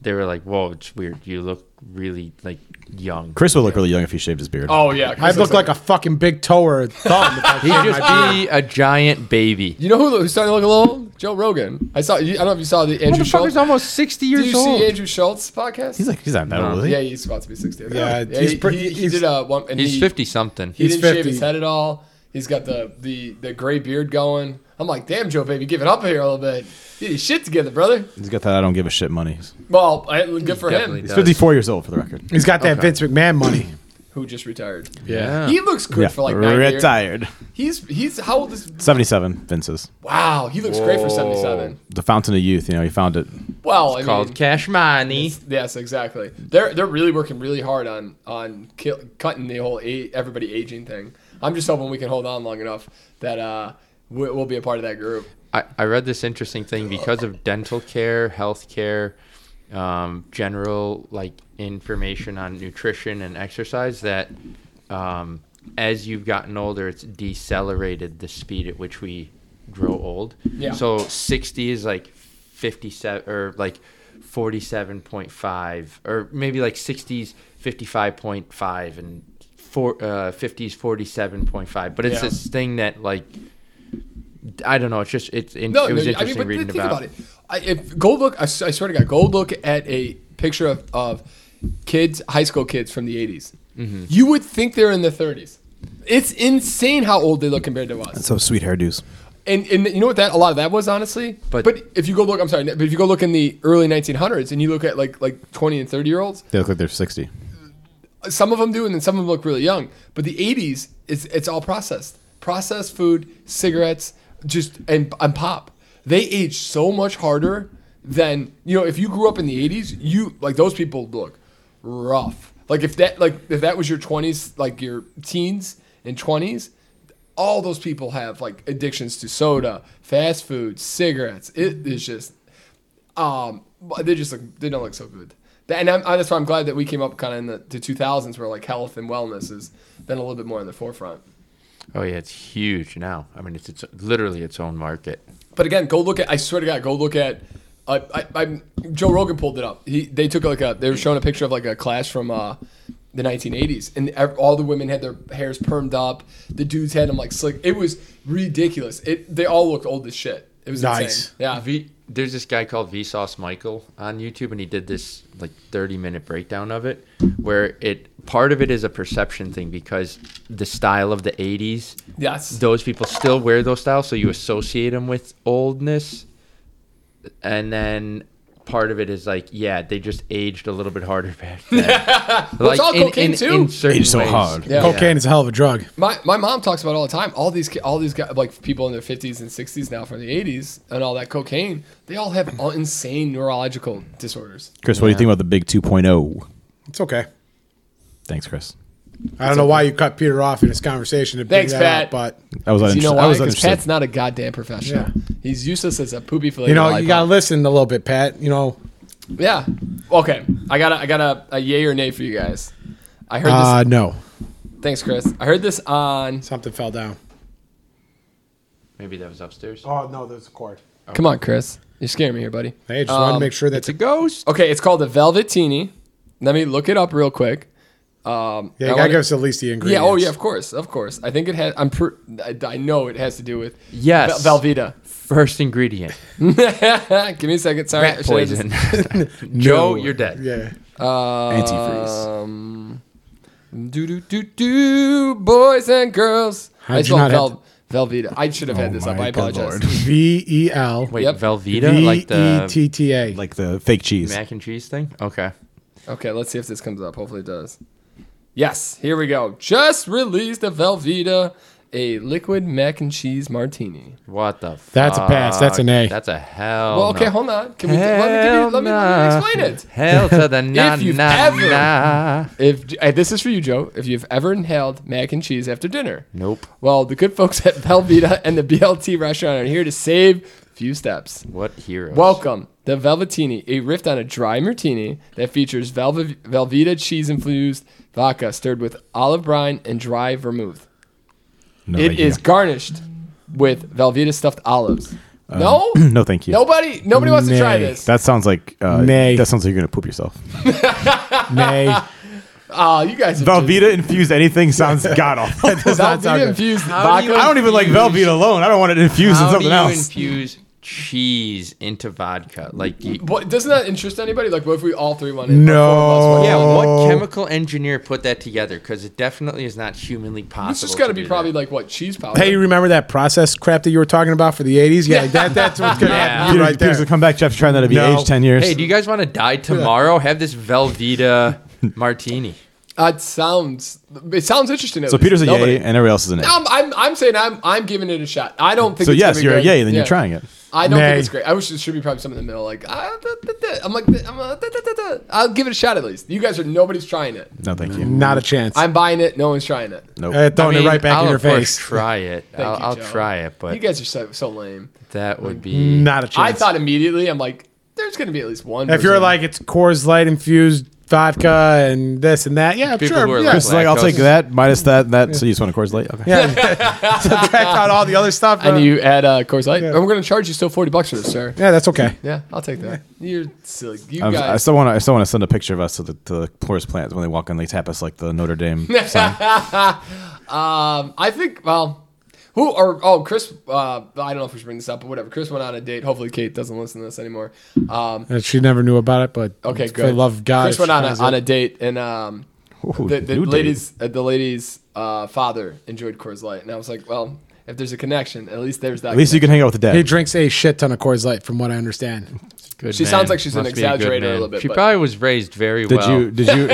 Speaker 1: they were like, whoa, it's weird. You look really like young.
Speaker 4: <laughs> Chris would look really young if he shaved his beard.
Speaker 2: Oh yeah,
Speaker 3: I'd look like a fucking big toe or a thumb. if I
Speaker 1: He'd
Speaker 3: shaved
Speaker 1: just
Speaker 3: my beard.
Speaker 1: be a giant baby.
Speaker 2: You know who, who's starting to look a little old? Joe Rogan. I saw. you- I don't know if you saw the Andrew Schultz.
Speaker 1: Motherfucker's almost 60
Speaker 2: Do
Speaker 1: years
Speaker 2: you
Speaker 1: old.
Speaker 2: see Andrew Schultz podcast?
Speaker 4: he's like, he's not that
Speaker 1: No.
Speaker 4: old. Is he?
Speaker 2: yeah, he's about to be sixty. I think.
Speaker 3: Yeah,
Speaker 2: yeah
Speaker 3: he's
Speaker 2: he,
Speaker 3: pretty-
Speaker 2: he, he
Speaker 3: he's-
Speaker 2: did a one. And
Speaker 1: He's
Speaker 2: he,
Speaker 1: 50 something.
Speaker 2: He
Speaker 3: He's
Speaker 2: didn't shave
Speaker 3: 50.
Speaker 2: his head at all. He's got the the the gray beard going. I'm like, damn, Joe, baby, give it up here a little bit. Get your shit together, brother.
Speaker 4: He's got that. I don't give a shit money.
Speaker 2: Well, I, good for him.
Speaker 1: Definitely.
Speaker 4: He's
Speaker 1: does.
Speaker 4: 54 years old for the record.
Speaker 3: He's got that Vince McMahon money.
Speaker 2: Who just retired?
Speaker 1: Yeah.
Speaker 2: He looks good for like nine years.
Speaker 4: retired.
Speaker 2: He's he's how old is?
Speaker 4: 77. Vince's
Speaker 2: Wow, he looks great for
Speaker 1: Whoa.
Speaker 2: 77.
Speaker 4: the fountain of youth. You know, he found it.
Speaker 2: Well, I
Speaker 1: Called
Speaker 2: mean,
Speaker 1: Cash Money.
Speaker 2: yes, exactly. They're they're really working really hard on on kill, cutting the whole a, everybody aging thing. I'm just hoping we can hold on long enough that uh we, we'll be a part of that group.
Speaker 1: I, I read this interesting thing because of dental care, health care, um, general like information on nutrition and exercise that um, as you've gotten older, it's decelerated the speed at which we grow old.
Speaker 2: Yeah.
Speaker 1: So 60 is like 57 or like 47.5 or maybe like 60s 55.5 and four, uh, 50s 47.5. But it's
Speaker 2: Yeah.
Speaker 1: this thing that like I don't know. It's just it's in,
Speaker 2: No,
Speaker 1: it was
Speaker 2: no, I mean,
Speaker 1: interesting
Speaker 2: but
Speaker 1: reading
Speaker 2: think
Speaker 1: about.
Speaker 2: about it. I, if go look, I, s- I swear to God, go look at a picture of, of kids, high school kids from the '80s.
Speaker 1: Mm-hmm.
Speaker 2: You would think they're in their 30s. It's insane how old they look compared to us.
Speaker 4: So sweet hairdos.
Speaker 2: And and you know what that a lot of that was honestly.
Speaker 1: But-
Speaker 2: but if you go look, I'm sorry, but if you go look in the early 1900s and you look at like like 20 and 30 year olds,
Speaker 4: They look like they're 60.
Speaker 2: some of them do, and then some of them look really young. But the '80s, it's it's all processed, processed food, cigarettes, just and and pop. They age so much harder than you know. If you grew up in the '80s, you like those people look rough. Like if that like if that was your 20s, like your teens and 20s, all those people have like addictions to soda, fast food, cigarettes. It is just um, but they just look, they don't look so good. Th- And I'm, I- that's why I'm glad that we came up kind of in the, the 2000s where like health and wellness has been a little bit more in the forefront.
Speaker 1: Oh yeah, it's huge now. I mean, it's it's literally its own market.
Speaker 2: But again, go look at, I swear to God, go look at, uh, I, I, Joe Rogan pulled it up. He, they took like a, they were showing a picture of like a class from uh, the 1980s and ev- all the women had their hairs permed up. The dudes had them like slick. It was ridiculous. It, they all looked old as shit. It was
Speaker 3: Nice.
Speaker 2: Insane. Yeah.
Speaker 1: V, there's this guy called Vsauce Michael on YouTube, and he did this like 30 minute breakdown of it, where it part of it is a perception thing because the style of the 80s,
Speaker 2: Yes.
Speaker 1: those people still wear those styles, so you associate them with oldness, and then. Part of it is like, yeah, they just aged a little bit harder back
Speaker 2: <laughs>
Speaker 1: then. like
Speaker 2: all
Speaker 1: in,
Speaker 2: cocaine,
Speaker 1: in,
Speaker 2: too.
Speaker 1: in certain
Speaker 4: Aged so
Speaker 1: ways.
Speaker 4: hard.
Speaker 2: Yeah.
Speaker 3: Cocaine is a hell of a drug.
Speaker 2: My, my mom talks about all the time. All these ki- all these guys, like people in their fifties and sixties now from the eighties and all that cocaine. They all have all insane neurological disorders.
Speaker 4: Chris, what do you think about the big 2.0?
Speaker 3: It's okay.
Speaker 4: Thanks, Chris.
Speaker 3: I don't know why you cut Peter off in this conversation to bring
Speaker 2: Thanks,
Speaker 3: that
Speaker 2: Pat.
Speaker 3: up, but
Speaker 4: I was
Speaker 2: You
Speaker 4: uninterested.
Speaker 2: know
Speaker 4: I
Speaker 2: why?
Speaker 4: was
Speaker 2: Because
Speaker 4: uninterested.
Speaker 2: Pat's not a goddamn professional.
Speaker 3: Yeah.
Speaker 2: He's useless as a poopy fillet.
Speaker 3: you know you gotta
Speaker 2: lollipop.
Speaker 3: listen a little bit, Pat. You know,
Speaker 2: Yeah. Okay. I got a, I got a, a yay or nay for you guys. I heard this.
Speaker 3: uh, no,
Speaker 2: thanks, Chris. I heard this on.
Speaker 3: something fell down.
Speaker 1: Maybe that was upstairs.
Speaker 3: Oh no, there's a cord.
Speaker 2: Come on, Chris. You're scaring me here, buddy.
Speaker 3: Hey, just want to
Speaker 2: Um,
Speaker 3: make sure that's
Speaker 1: It's a ghost.
Speaker 2: Okay, it's called the Velvetini. Let me look it up real quick. Um,
Speaker 3: yeah.
Speaker 2: I
Speaker 3: You gotta
Speaker 2: wanna-
Speaker 3: give us at least the
Speaker 2: Yeah.
Speaker 3: ingredients.
Speaker 2: Oh, yeah. Of course. Of course. I think it has. I'm. Per, I, I know it has to do with.
Speaker 1: Yes.
Speaker 2: Vel- Velveeta.
Speaker 1: First ingredient.
Speaker 2: <laughs> Give me a second. Sorry.
Speaker 1: Rat
Speaker 2: should I just- <laughs>
Speaker 1: poison. <laughs>
Speaker 2: Oh,
Speaker 1: Joe, you're dead.
Speaker 3: Oh, Yeah.
Speaker 4: Antifreeze.
Speaker 2: Um. Do do do do, boys and girls.
Speaker 3: How'd
Speaker 2: I
Speaker 3: you
Speaker 2: spelled
Speaker 3: not Oh have-
Speaker 2: Vel- Velveeta. I should have had this up. I apologize.
Speaker 3: <laughs>
Speaker 2: <laughs>
Speaker 3: V E L
Speaker 1: Wait,
Speaker 2: Yep.
Speaker 1: Velveeta?
Speaker 3: V
Speaker 1: Like
Speaker 3: E
Speaker 1: the
Speaker 3: T T A.
Speaker 4: Like the fake cheese.
Speaker 1: mac and cheese thing? Okay.
Speaker 2: Okay, let's see if this comes up. Hopefully it does. Yes, here we go. Just released the Velveeta a liquid mac and cheese martini.
Speaker 1: What the?
Speaker 3: That's a pass. That's an
Speaker 1: fuck?
Speaker 3: A.
Speaker 1: That's a hell.
Speaker 2: Well, okay,
Speaker 1: Oh, no.
Speaker 2: hold on. Can we, let, me, give you, let, me, let me explain it.
Speaker 1: <laughs> Hell to
Speaker 2: <laughs>
Speaker 1: the na
Speaker 2: you've
Speaker 1: na
Speaker 2: ever-
Speaker 1: na.
Speaker 2: If uh, this is for you, Joe, if you've ever inhaled mac and cheese after dinner,
Speaker 1: Nope.
Speaker 2: Well, the good folks at Velveeta and the BLT restaurant are here to save a few steps.
Speaker 1: What heroes?
Speaker 2: Welcome to Velvetini, a rift on a dry martini that features Velve- Velveeta cheese infused vodka stirred with olive brine and dry vermouth.
Speaker 4: No,
Speaker 2: It
Speaker 4: thank you.
Speaker 2: is garnished with Velveeta stuffed olives. no,
Speaker 4: <clears throat> No, thank you.
Speaker 2: nobody, nobody wants to try
Speaker 3: Nay.
Speaker 2: this.
Speaker 4: That sounds like uh,
Speaker 3: Nay.
Speaker 4: that sounds like you're gonna poop yourself.
Speaker 3: Nay.
Speaker 2: Ah, you guys, are just-
Speaker 4: Velveeta infused anything
Speaker 2: <laughs>
Speaker 4: sounds god awful. That does not sound
Speaker 2: Velveeta
Speaker 4: good.
Speaker 2: infused
Speaker 1: How do
Speaker 2: vodka.
Speaker 1: you-
Speaker 4: I don't even like Velveeta alone. I don't want it infused in
Speaker 1: How do
Speaker 4: something
Speaker 1: you
Speaker 4: else.
Speaker 1: infuse cheese into vodka? Like, you,
Speaker 2: What, doesn't that interest anybody? Like, what if we all three wanted?
Speaker 4: No.
Speaker 2: or four of us wanted-
Speaker 1: yeah,
Speaker 4: Oh.
Speaker 1: what chemical engineer put that together? Because it definitely is not humanly possible.
Speaker 2: This is got to
Speaker 1: to
Speaker 2: be
Speaker 1: do
Speaker 2: probably
Speaker 1: that.
Speaker 2: like what cheese powder.
Speaker 3: Hey, you remember that process crap that you were talking about for the 80s? Yeah, like that, that's what's
Speaker 2: <laughs>
Speaker 3: going to
Speaker 1: Yeah.
Speaker 3: happen to
Speaker 4: Peter,
Speaker 3: you right
Speaker 4: Peter's
Speaker 3: there.
Speaker 4: gonna come back. Jeff's trying that to be
Speaker 3: No.
Speaker 4: aged ten years.
Speaker 1: Hey, do you guys want to die tomorrow? Have this Velveeta martini.
Speaker 2: That sounds. It sounds interesting. at
Speaker 4: so
Speaker 2: least.
Speaker 4: Peter's a
Speaker 2: Nobody-
Speaker 4: yay, and everybody else is an a.
Speaker 2: I'm, I'm, I'm saying I'm, I'm giving it a shot. I don't think.
Speaker 4: so
Speaker 2: it's gonna
Speaker 4: yes,
Speaker 2: be
Speaker 4: you're
Speaker 2: great.
Speaker 4: a yay, then
Speaker 2: Yeah.
Speaker 4: you're trying it.
Speaker 2: I don't think
Speaker 3: Nay.
Speaker 2: it's great. I wish it should be probably something in the middle. Like ah, da, da, da. I'm like I'm a, da, da, da, da. I'll give it a shot at least. You guys are nobody's trying it.
Speaker 4: No, thank you.
Speaker 3: Not a chance.
Speaker 2: I'm buying it. No one's trying it.
Speaker 4: Nope.
Speaker 3: Uh, throwing
Speaker 1: mean,
Speaker 3: it right back
Speaker 1: I'll
Speaker 3: in your
Speaker 1: of
Speaker 3: face.
Speaker 1: course Try it.
Speaker 2: Thank
Speaker 1: I'll,
Speaker 2: you,
Speaker 1: I'll
Speaker 2: Joe.
Speaker 1: try it, but
Speaker 2: you guys are so, so lame.
Speaker 1: that would be
Speaker 3: Not a chance.
Speaker 2: I thought immediately. I'm like, there's gonna be at least one.
Speaker 3: if you're
Speaker 2: person.
Speaker 3: like, it's Coors Light infused vodka and this and that, yeah,
Speaker 1: People
Speaker 3: sure.
Speaker 1: who are
Speaker 3: yeah.
Speaker 1: like-
Speaker 4: Chris is like, I'll take
Speaker 1: lactose.
Speaker 4: that minus that and that. So you just want a Coors Light? Okay.
Speaker 3: yeah. <laughs> so track out all the other stuff. uh,
Speaker 2: and you add uh, Coors Light,
Speaker 3: Yeah.
Speaker 2: and we're gonna charge you still forty bucks for this, sir.
Speaker 3: yeah, that's okay.
Speaker 2: Yeah, I'll take that.
Speaker 3: <laughs>
Speaker 2: You're silly. You
Speaker 4: I'm- I
Speaker 2: guys.
Speaker 4: still want to. I still want to send a picture of us to the to the Coors plant when they walk in. They tap us like the Notre Dame sign.
Speaker 2: <laughs> Um, I think. Well, who or oh, Chris. Uh, I don't know if we should bring this up, but whatever. Chris went on a date. Hopefully, Kate doesn't listen to this anymore. Um,
Speaker 3: And Uh, she never knew about it, but
Speaker 2: okay,
Speaker 3: for
Speaker 2: good.
Speaker 3: the love of God,
Speaker 2: Chris
Speaker 3: she
Speaker 2: went on a,
Speaker 3: finds
Speaker 2: on
Speaker 3: it.
Speaker 2: a date, and um,
Speaker 4: Ooh,
Speaker 2: the, the
Speaker 4: new date.
Speaker 2: ladies, uh, the ladies' uh, father enjoyed Coors Light, and I was like, well, if there's a connection, at least there's that.
Speaker 4: At least you can hang out with the dad.
Speaker 3: He drinks a shit ton of Coors Light, from what I understand.
Speaker 1: Good
Speaker 2: She
Speaker 1: man.
Speaker 2: sounds like she's an
Speaker 1: Must be a good
Speaker 2: exaggerator a
Speaker 1: man.
Speaker 2: little bit,
Speaker 1: She
Speaker 2: but-
Speaker 1: probably was raised very
Speaker 4: Did
Speaker 1: well.
Speaker 4: you did you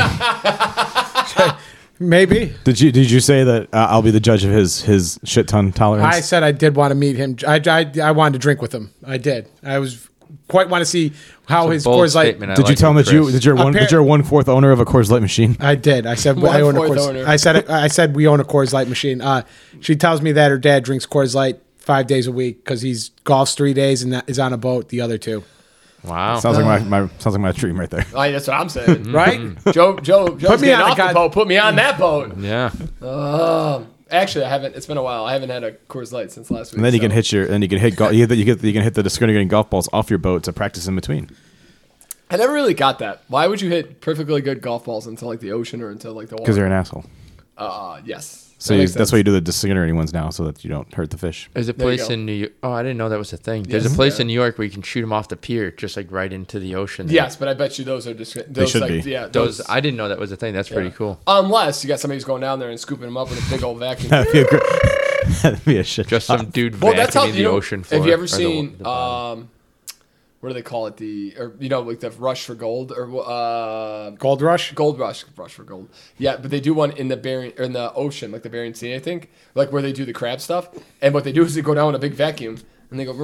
Speaker 3: Maybe.
Speaker 4: did you did you say that uh, I'll be the judge of his his shit ton tolerance?
Speaker 3: I said I did want to meet him. I, I, I wanted to drink with him. I did. I was quite want to see how his
Speaker 1: Bold
Speaker 3: Coors Light.
Speaker 1: statement, I
Speaker 4: did you
Speaker 1: like
Speaker 4: tell him
Speaker 1: it,
Speaker 4: that you
Speaker 1: Chris.
Speaker 4: that you're one that
Speaker 3: Apparent-
Speaker 4: you're one fourth owner of a Coors Light machine?
Speaker 3: I did. I said
Speaker 2: One
Speaker 3: I own a
Speaker 2: fourth
Speaker 3: Coors.
Speaker 2: owner.
Speaker 3: I said I said we own a Coors Light machine. Uh, she tells me that her dad drinks Coors Light five days a week because he's golfs three days and is on a boat the other two.
Speaker 1: Wow.
Speaker 4: Sounds like my, my sounds like my dream right there.
Speaker 2: Like, Oh, that's what I'm saying.
Speaker 3: <laughs> Right?
Speaker 2: Joe, Joe, Joe's put
Speaker 3: me
Speaker 2: me
Speaker 3: on a
Speaker 2: off the
Speaker 3: god-
Speaker 2: boat. Put me on that boat.
Speaker 1: yeah.
Speaker 2: Um, Actually, I haven't. It's been a while. I haven't had a Coors Light since last week.
Speaker 4: And then you can
Speaker 2: so-
Speaker 4: hit your then you can hit golf. You, get- you get you can hit the discriminating golf balls off your boat to practice in between.
Speaker 2: I never really got that. Why would you hit perfectly good golf balls into like the ocean or into like the water?
Speaker 4: Because you're an asshole.
Speaker 2: uh, yes.
Speaker 4: So you, that's why you do the disintegrating ones now, so that you don't hurt the fish.
Speaker 1: There's a
Speaker 2: There you
Speaker 1: place
Speaker 2: go.
Speaker 1: in New York. Oh, I didn't know that was a thing. There's
Speaker 2: Yes.
Speaker 1: a place
Speaker 2: Yeah.
Speaker 1: in New York where you can shoot them off the pier, just like right into the ocean. there.
Speaker 2: Yes, but I bet you those are just those
Speaker 4: should
Speaker 2: like,
Speaker 4: be.
Speaker 2: Yeah, those.
Speaker 1: Those I didn't know that was a thing. That's pretty cool.
Speaker 2: unless you got somebody who's going down there and scooping them up with a big old
Speaker 4: <laughs>
Speaker 2: vacuum.
Speaker 4: That'd be a, good, <laughs> that'd be a shit.
Speaker 1: Just
Speaker 4: job.
Speaker 1: some dude
Speaker 2: well,
Speaker 1: vacuuming
Speaker 2: that's how
Speaker 1: the
Speaker 2: you know,
Speaker 1: ocean floor.
Speaker 2: Have you ever
Speaker 1: or the-
Speaker 2: seen
Speaker 1: the bottom.
Speaker 2: um, what do they call it? The or you know like the rush for gold or uh,
Speaker 3: Gold Rush.
Speaker 2: Gold Rush, Rush for Gold. Yeah, but they do one in the Bering or in the ocean, like the Bering Sea, I think, like where they do the crab stuff. And what they do is they go down in a big vacuum and they go.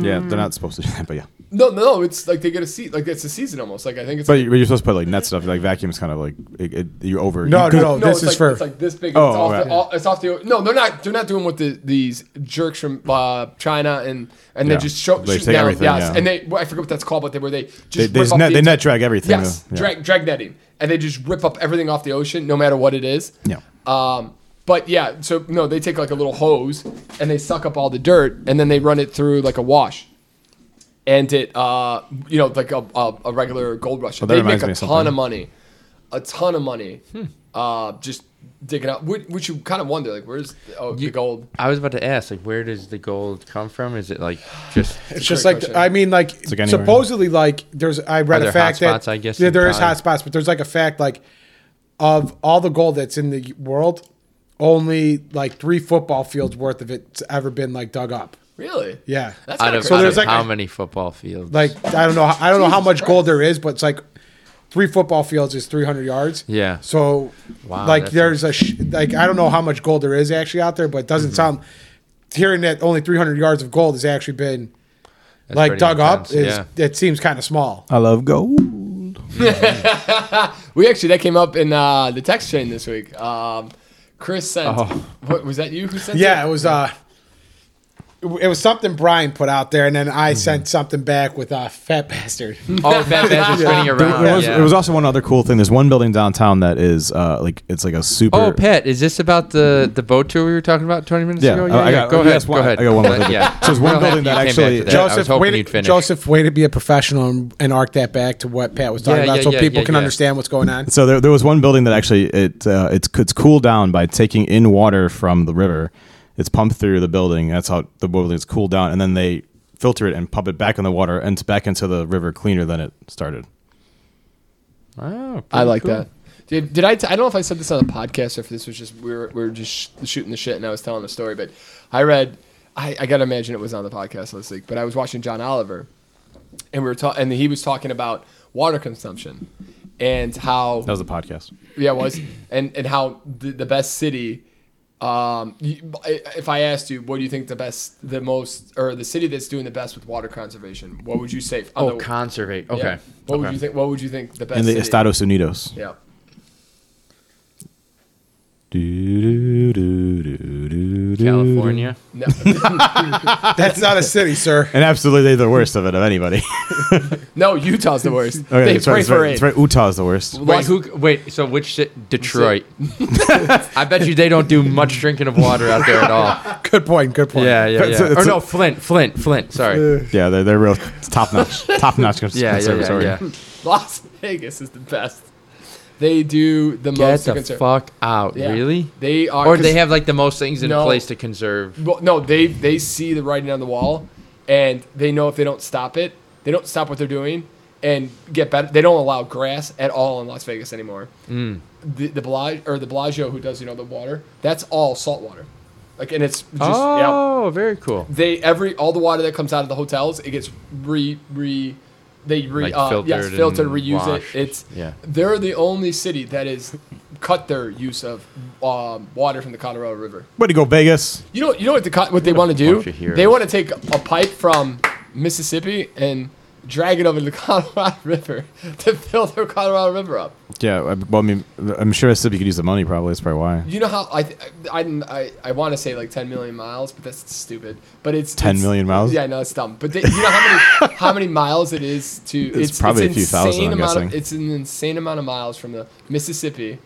Speaker 4: Yeah, they're not supposed to do that, but yeah.
Speaker 2: No, no, it's like they get a seat, like it's a season almost. Like I think it's.
Speaker 4: But you- but you're supposed to put like net stuff. Like vacuum is kind of like it, it, you're over.
Speaker 3: No,
Speaker 4: you
Speaker 3: no,
Speaker 4: go-
Speaker 3: no. this
Speaker 2: it's
Speaker 3: is
Speaker 2: like,
Speaker 3: for-
Speaker 2: It's like this big.
Speaker 4: Oh,
Speaker 2: it's, off the,
Speaker 4: right.
Speaker 2: all, it's off the. No, they're not. They're not doing what the, these jerks from uh, China and and they
Speaker 4: Yeah.
Speaker 2: just show,
Speaker 4: They
Speaker 2: shoot
Speaker 4: take
Speaker 2: down.
Speaker 4: everything,
Speaker 2: yes,
Speaker 4: yeah.
Speaker 2: and they. Well, I forget what that's called, but they where they just
Speaker 4: They, they,
Speaker 2: rip
Speaker 4: just
Speaker 2: up
Speaker 4: net,
Speaker 2: the
Speaker 4: they
Speaker 2: entire-
Speaker 4: net drag everything.
Speaker 2: Yes,
Speaker 4: yeah.
Speaker 2: drag drag netting, and they just rip up everything off the ocean, no matter what it is.
Speaker 4: Yeah.
Speaker 2: Um, but yeah, so no, they take like a little hose and they suck up all the dirt, and then they run it through like a wash, and it, uh, you know, like a a, a regular gold rush.
Speaker 4: that
Speaker 2: they make
Speaker 4: reminds me
Speaker 2: a
Speaker 4: of
Speaker 2: ton
Speaker 4: something.
Speaker 2: of money, a ton of money,
Speaker 3: Hmm.
Speaker 2: uh, just digging up. Which, which you kind of wonder, like, where's oh, the gold?
Speaker 1: I was about to ask, like, where does the gold come from? Is it like just
Speaker 3: It's just
Speaker 2: great
Speaker 3: like
Speaker 2: question.
Speaker 3: I mean, like,
Speaker 4: like anywhere.
Speaker 3: supposedly, like there's I read a
Speaker 1: Are there
Speaker 3: fact
Speaker 1: hotspots,
Speaker 3: that
Speaker 1: I guess,
Speaker 3: yeah,
Speaker 1: in
Speaker 3: there is
Speaker 1: Thailand?
Speaker 3: hot spots, but there's like a fact like of all the gold that's in the world, only like three football fields worth of it's ever been like dug up.
Speaker 2: Really?
Speaker 3: Yeah,
Speaker 2: That's
Speaker 1: out
Speaker 2: kinda
Speaker 1: of,
Speaker 2: crazy.
Speaker 1: out
Speaker 3: there's
Speaker 1: of
Speaker 3: like
Speaker 1: how
Speaker 3: a-
Speaker 1: many football fields?
Speaker 3: like I don't know I don't know how
Speaker 2: Jesus
Speaker 3: much
Speaker 2: Christ.
Speaker 3: gold there is, but it's like three football fields is 300 yards.
Speaker 1: Yeah.
Speaker 3: So,
Speaker 1: Wow,
Speaker 3: like,
Speaker 1: that's
Speaker 3: there's a sh- like I don't know how much gold there is actually out there, but it doesn't
Speaker 1: Mm-hmm.
Speaker 3: sound. Hearing that only 300 yards of gold has actually been
Speaker 1: That's
Speaker 3: like
Speaker 1: pretty
Speaker 3: dug up,
Speaker 1: intense,
Speaker 3: is, it seems kind of small.
Speaker 4: I love gold.
Speaker 2: We actually that came up in uh, the text chain this week. Um, Chris sent.
Speaker 4: Oh.
Speaker 2: What was that? You who sent?
Speaker 3: Yeah,
Speaker 2: it?
Speaker 3: it was uh it was something Brian put out there, and then I
Speaker 1: Mm-hmm.
Speaker 3: sent something back with uh, fat <laughs> bastard.
Speaker 1: <laughs> Oh, with that badge spinning around.
Speaker 4: There was,
Speaker 1: Ah, yeah.
Speaker 4: there was also one other cool thing. There's one building downtown that is uh, like it's like a super.
Speaker 1: Oh, Pat, is this about the the boat tour we were talking about 20 minutes
Speaker 4: Yeah, Oh,
Speaker 1: ago?
Speaker 4: I- I got-
Speaker 1: go
Speaker 4: I
Speaker 1: ahead.
Speaker 4: guess
Speaker 1: Go
Speaker 4: one-
Speaker 1: ahead.
Speaker 4: I got one more thing.
Speaker 1: <laughs> Yeah.
Speaker 4: So there's one
Speaker 1: Real happy you came
Speaker 4: building that
Speaker 1: back
Speaker 4: actually-
Speaker 1: to that. I was
Speaker 3: Joseph,
Speaker 1: hoping
Speaker 3: way
Speaker 1: you'd
Speaker 3: to,
Speaker 1: finish.
Speaker 3: Joseph, way to be a professional and, and arc that back to what Pat was talking
Speaker 1: Yeah,
Speaker 3: about,
Speaker 1: yeah,
Speaker 3: so
Speaker 1: yeah,
Speaker 3: people
Speaker 1: yeah,
Speaker 3: can
Speaker 1: yeah.
Speaker 3: understand what's going on.
Speaker 4: So there, there was one building that actually it uh, it's it's cooled down by taking in water from the river. It's pumped through the building. That's how the building is cooled down, and then they filter it and pump it back in the water and it's back into the river cleaner than it started.
Speaker 1: Oh, pretty
Speaker 2: I like
Speaker 1: cool.
Speaker 2: that. Did, did I? T- I don't know if I said this on a podcast or if this was just we were, we were just sh- shooting the shit and I was telling the story. But I read, I, I gotta imagine it was on the podcast last week. But I was watching John Oliver, and we were talking, and he was talking about water consumption and how
Speaker 4: That was the podcast.
Speaker 2: yeah, it was. And and how the, the best city. Um, you- I- if I asked you, what do you think the best, the most, or the city that's doing the best with water conservation? What would you say? on
Speaker 1: Oh,
Speaker 2: the-
Speaker 1: conservate.
Speaker 2: yeah.
Speaker 1: Okay.
Speaker 2: What
Speaker 1: Okay.
Speaker 2: would you think? What would you think the best?
Speaker 4: In the
Speaker 2: city-
Speaker 4: Estados Unidos.
Speaker 2: Yeah.
Speaker 1: <laughs>
Speaker 4: Do, do, do, do, do, do.
Speaker 1: California.
Speaker 2: No.
Speaker 3: That's not a city, sir.
Speaker 4: And absolutely, they're the worst of it
Speaker 2: <laughs>
Speaker 4: of anybody.
Speaker 2: no, Utah's the worst.
Speaker 4: okay,
Speaker 2: they
Speaker 4: that's right,
Speaker 2: pray
Speaker 4: that's
Speaker 2: for
Speaker 4: right,
Speaker 2: rain.
Speaker 4: that's right. Utah is the worst.
Speaker 1: Wait, who? Wait. So which shit? Detroit. <laughs> I bet you they don't do much drinking of water out there at all.
Speaker 3: <laughs> Good point. Good point.
Speaker 1: <laughs> Yeah, yeah,
Speaker 4: It's a-
Speaker 1: yeah.
Speaker 4: it's
Speaker 1: Or
Speaker 4: a-
Speaker 1: no, Flint, Flint, Flint. Sorry.
Speaker 4: Yeah, they're, they're real
Speaker 1: <laughs>
Speaker 4: top notch, top notch
Speaker 1: Yeah, yeah, yeah,
Speaker 4: conservatory.
Speaker 1: yeah.
Speaker 2: Las Vegas is the best. They do the
Speaker 1: Get
Speaker 2: most. to
Speaker 1: the
Speaker 2: conserve-
Speaker 1: fuck out.
Speaker 2: Yeah.
Speaker 1: Really?
Speaker 2: They are.
Speaker 1: Or
Speaker 2: 'cause-
Speaker 1: they have like the most things in
Speaker 2: No.
Speaker 1: place to conserve.
Speaker 2: Well, no, they they see the writing on the wall, and they know if they don't stop it, they don't stop what they're doing and get better. They don't allow grass at all in Las Vegas anymore.
Speaker 1: Mm.
Speaker 2: The the Bellagio, or the Bellagio who does you know the water, that's all salt water, like and it's just yeah.
Speaker 1: oh, very cool.
Speaker 2: They every all the water that comes out of the hotels, it gets re re. They re
Speaker 1: Like
Speaker 2: uh, yes,
Speaker 1: filtered
Speaker 2: filter,
Speaker 1: and
Speaker 2: reuse
Speaker 1: washed.
Speaker 2: it. It's
Speaker 1: Yeah.
Speaker 2: they're the only city that has cut their use of um, water from the Colorado River.
Speaker 4: Way to go, Vegas!
Speaker 2: You know, you know what the co- what they want to do?
Speaker 1: bunch of heroes.
Speaker 2: They want to take a pipe from Mississippi and drag it over the <laughs> Colorado River to fill their Colorado River up.
Speaker 4: Yeah, I- well, I mean, I'm sure Mississippi could use the money. Probably that's probably why.
Speaker 2: You know how I th- I didn't- I, I want to say like 10 million miles, but that's stupid. But it's
Speaker 4: 10
Speaker 2: it's-
Speaker 4: million miles?
Speaker 2: Yeah, no, it's dumb. But they, you know how
Speaker 4: <laughs>
Speaker 2: many how many miles it is to it's,
Speaker 4: probably a few
Speaker 2: insane
Speaker 4: thousand, I'm
Speaker 2: amount Of,
Speaker 4: guessing.
Speaker 2: it's an insane amount of miles from the Mississippi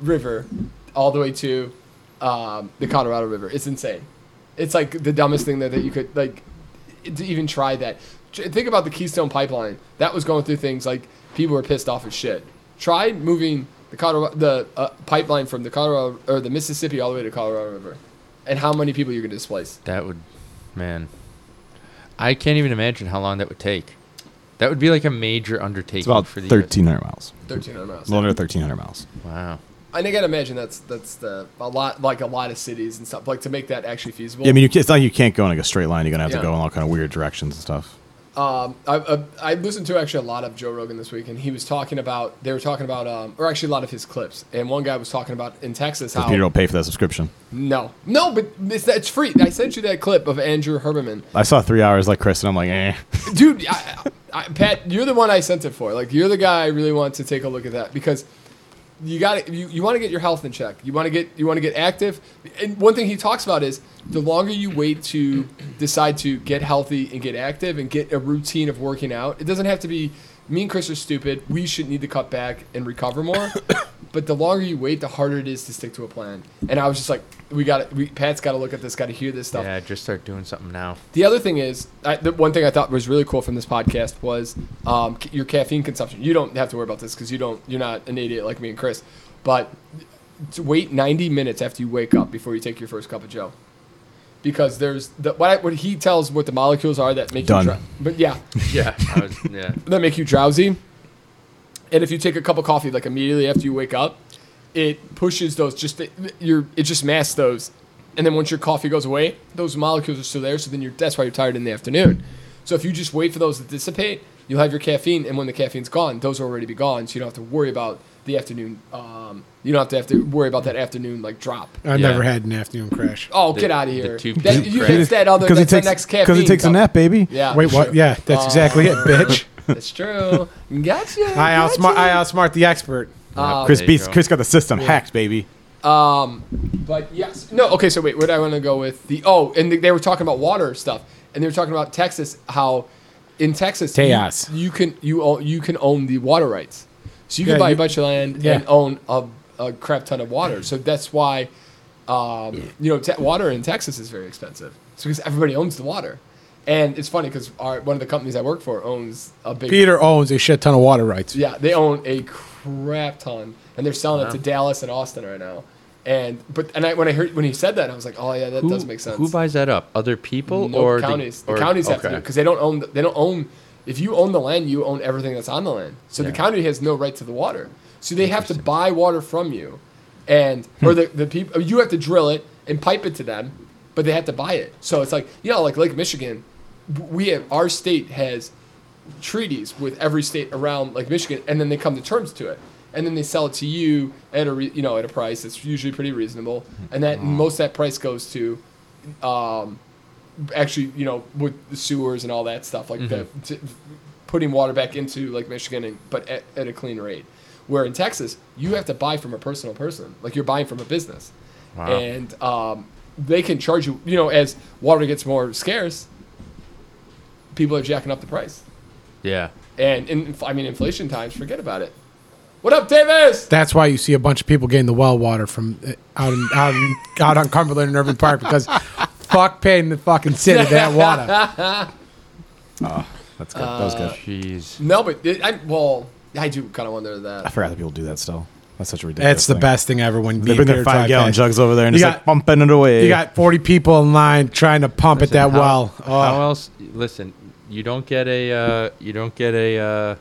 Speaker 2: River all the way to um, the Colorado River. It's insane. It's like the dumbest thing that, that you could like to even try that. J- Think about the Keystone Pipeline. That was going through things like people were pissed off as shit. Try moving the Colorado the uh, pipeline from the Colorado or the Mississippi all the way to Colorado River, and how many people you're gonna displace?
Speaker 1: That would, man. I can't even imagine how long that would take. That would be like a major undertaking
Speaker 4: It's about
Speaker 1: for the
Speaker 4: 1,300 miles.
Speaker 2: Thirteen hundred miles.
Speaker 4: A little under 1,300 miles.
Speaker 1: Wow.
Speaker 2: And I gotta imagine that's that's the a lot like a lot of cities and stuff like to make that actually feasible.
Speaker 4: Yeah, I mean, you, ca- it's not like you can't go in like a straight line. You're gonna have
Speaker 2: Yeah.
Speaker 4: to go in all kind of weird directions and stuff.
Speaker 2: um, I, I, I listened to actually a lot of Joe Rogan this week, and he was talking about they were talking about um, or actually a lot of his clips, and one guy was talking about in Texas how
Speaker 4: Peter will pay for that subscription.
Speaker 2: No, no, but it's, it's free. I sent you that clip of Andrew Herberman,
Speaker 4: I saw three hours like Chris, and I'm like, eh.
Speaker 1: Oh,
Speaker 2: dude. I, I, Pat, you're the one I sent it for. Like, you're the guy I really want to take a look at that because you got to you, you want to get your health in check. You want to get you want to get active. And one thing he talks about is the longer you wait to decide to get healthy and get active and get a routine of working out, it doesn't have to be. Me and Chris are stupid. We should need to cut back and recover more. but the longer you wait, the harder it is to stick to a plan. And I was just like, we got to Pat's got to look at this. Got to hear this stuff.
Speaker 1: Yeah, just start doing something now.
Speaker 2: The other thing is, I, the one thing I thought was really cool from this podcast was um, c- your caffeine consumption. You don't have to worry about this because you don't. You're not an idiot like me and Chris. But to wait 90 minutes after you wake up before you take your first cup of Joe, because there's the, what, I, what he tells what the molecules are that make
Speaker 4: Done.
Speaker 2: you. Dr- but yeah,
Speaker 1: Yeah. I was,
Speaker 2: <laughs>
Speaker 1: yeah.
Speaker 2: that make you drowsy. And if you take a cup of coffee like immediately after you wake up, it pushes those just your it just masks those. And then once your coffee goes away, those molecules are still there. So then you're that's why you're tired in the afternoon. So if you just wait for those to dissipate, You'll have your caffeine, and when the caffeine's gone, those will already be gone, so you don't have to worry about the afternoon. Um, you don't have to have to worry about that afternoon like drop.
Speaker 3: I've
Speaker 1: Yeah.
Speaker 3: never had an afternoon crash.
Speaker 2: Oh,
Speaker 1: The-
Speaker 2: get out of
Speaker 1: the
Speaker 2: here!
Speaker 1: two-
Speaker 2: That, you,
Speaker 1: Because
Speaker 2: it's that other.
Speaker 4: <laughs> he
Speaker 2: That's the
Speaker 4: takes
Speaker 2: next caffeine.
Speaker 4: because he takes
Speaker 2: cup.
Speaker 4: a nap, baby.
Speaker 2: Yeah.
Speaker 3: Wait, what?
Speaker 2: sure. Oh.
Speaker 3: Yeah, that's exactly
Speaker 2: <laughs>
Speaker 3: it, bitch.
Speaker 2: That's true. Gotcha.
Speaker 3: I
Speaker 2: gotcha.
Speaker 3: outsmart, I outsmart the expert.
Speaker 2: Ah,
Speaker 1: Uh,
Speaker 4: Chris
Speaker 1: there you
Speaker 4: beats.
Speaker 1: go.
Speaker 4: Chris got the system hacked, baby.
Speaker 2: Um, but yes, no. Okay, so wait, what did I want to go with the? Oh, and they were talking about water stuff, and they were talking about Texas, how in Texas, you-
Speaker 3: Tejas.
Speaker 2: you, can you own, you can own the water rights, so you can
Speaker 3: Yeah,
Speaker 2: buy
Speaker 3: you-
Speaker 2: a bunch of land
Speaker 3: yeah.
Speaker 2: and own a, a crap ton of water. So that's why, um, you know, te- water in Texas is very expensive. It's because everybody owns the water, and it's funny because our one of the companies I work for owns a big
Speaker 3: Peter owns a shit ton of water rights.
Speaker 2: yeah, they own a crap ton, and they're selling it to Dallas and Austin right now. And but and I, when I heard when he said that, I was like, oh yeah, that
Speaker 1: Who,
Speaker 2: does make sense.
Speaker 1: Who buys that up? Other people
Speaker 2: No,
Speaker 1: or
Speaker 2: counties?
Speaker 1: The,
Speaker 2: The,
Speaker 1: or,
Speaker 2: counties have to
Speaker 1: okay.
Speaker 2: do because they don't own. the- They don't own. If you own the land, you own everything that's on the land. So the
Speaker 1: Yeah.
Speaker 2: county has no right to the water. So they have to buy water from you, and or the the people you have to drill it and pipe it to them, but they have to buy it. So it's like you know, like Lake Michigan, w- we have our state has treaties with every state around like Michigan, and then they come to terms to it, and then they sell it to you at a re- you know at a price that's usually pretty reasonable, and that
Speaker 1: Mm.
Speaker 2: most of that price goes to, um, actually you know with the sewers and all that stuff like
Speaker 4: Mm-hmm.
Speaker 2: the t- putting water back into like Michigan, and, but at, at a clean rate. Where in Texas, you have to buy from a personal person, like you're buying from a business,
Speaker 1: Wow.
Speaker 2: and um, they can charge you. You know, as water gets more scarce, people are jacking up the price.
Speaker 1: Yeah.
Speaker 2: And in, I mean, inflation times, forget about it. What up, Davis?
Speaker 3: That's why you see a bunch of people getting the well water from uh, out in, out in, out on Cumberland and Irving Park because
Speaker 2: <laughs>
Speaker 3: fuck paying the fucking city that water.
Speaker 4: That's good. that was
Speaker 1: Uh,
Speaker 4: good.
Speaker 1: Jeez.
Speaker 2: No, but it, I, well, I do kind of wonder
Speaker 4: I
Speaker 2: that.
Speaker 4: forgot that people do that still. That's such a ridiculous.
Speaker 3: That's the
Speaker 4: thing.
Speaker 3: best thing ever. When
Speaker 4: They bring their five gallon jugs over there and
Speaker 3: You
Speaker 4: just
Speaker 3: got-
Speaker 4: like pumping it away.
Speaker 3: You got forty people in line trying to pump
Speaker 1: Listen,
Speaker 3: it that
Speaker 1: how-
Speaker 3: well.
Speaker 1: How
Speaker 3: Oh,
Speaker 1: else? Listen, you don't get a. Uh, you don't get a. Uh,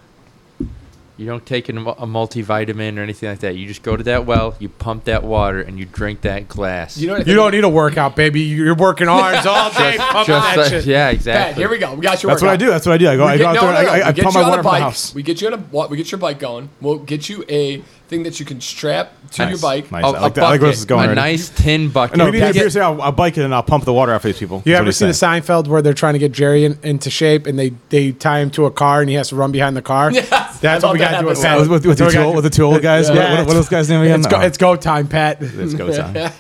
Speaker 1: you don't take an, a multivitamin or anything like that. You just go to that well, you pump that water, and you drink that glass.
Speaker 2: You know what I
Speaker 3: you
Speaker 2: think?
Speaker 3: don't need a workout, baby. You're working arms
Speaker 4: <laughs>
Speaker 3: all day pumping
Speaker 1: just
Speaker 3: that
Speaker 1: like-
Speaker 3: shit.
Speaker 1: yeah,
Speaker 2: Pat,
Speaker 1: exactly.
Speaker 2: here we go. We got your.
Speaker 4: That's what I
Speaker 2: workout.
Speaker 4: do. That's what I do. I go.
Speaker 2: We
Speaker 4: I
Speaker 2: get-
Speaker 4: go out
Speaker 2: no,
Speaker 4: there.
Speaker 2: no,
Speaker 4: and
Speaker 2: no.
Speaker 4: I, I
Speaker 2: We get
Speaker 4: pump
Speaker 2: you on
Speaker 4: my
Speaker 2: a
Speaker 4: water from my
Speaker 2: bike.
Speaker 4: house.
Speaker 2: We get you on a wa- we get your bike going. We'll get you a thing that you can strap to
Speaker 4: Nice.
Speaker 2: your bike.
Speaker 4: Nice.
Speaker 2: A-
Speaker 4: I
Speaker 2: a
Speaker 4: like that. I like where
Speaker 2: bucket.
Speaker 4: this is going.
Speaker 1: a
Speaker 4: right now.
Speaker 1: nice tin bucket.
Speaker 4: No, we need to
Speaker 3: Pat,
Speaker 4: seriously, I'll, I'll bike it and I'll pump the water off these people.
Speaker 3: You
Speaker 4: is
Speaker 3: ever
Speaker 4: what
Speaker 3: see the
Speaker 4: he's saying.
Speaker 3: Seinfeld where they're trying to get Jerry in, into shape and they, they tie him to a car and he has to run behind the <laughs> car?
Speaker 2: Yes, I
Speaker 3: That's
Speaker 2: love
Speaker 3: what we got
Speaker 2: that
Speaker 3: to do with
Speaker 2: episode.
Speaker 3: Pat.
Speaker 4: With, with, with,
Speaker 3: That's what we
Speaker 4: the two
Speaker 3: gotta
Speaker 4: old,
Speaker 3: do.
Speaker 4: with the two old
Speaker 3: <laughs>
Speaker 4: guys.
Speaker 3: Yeah.
Speaker 4: What, what, what those guys' name again?
Speaker 3: It's go,
Speaker 4: Oh,
Speaker 3: it's go time,
Speaker 4: <laughs>
Speaker 3: Pat.
Speaker 4: it's go time.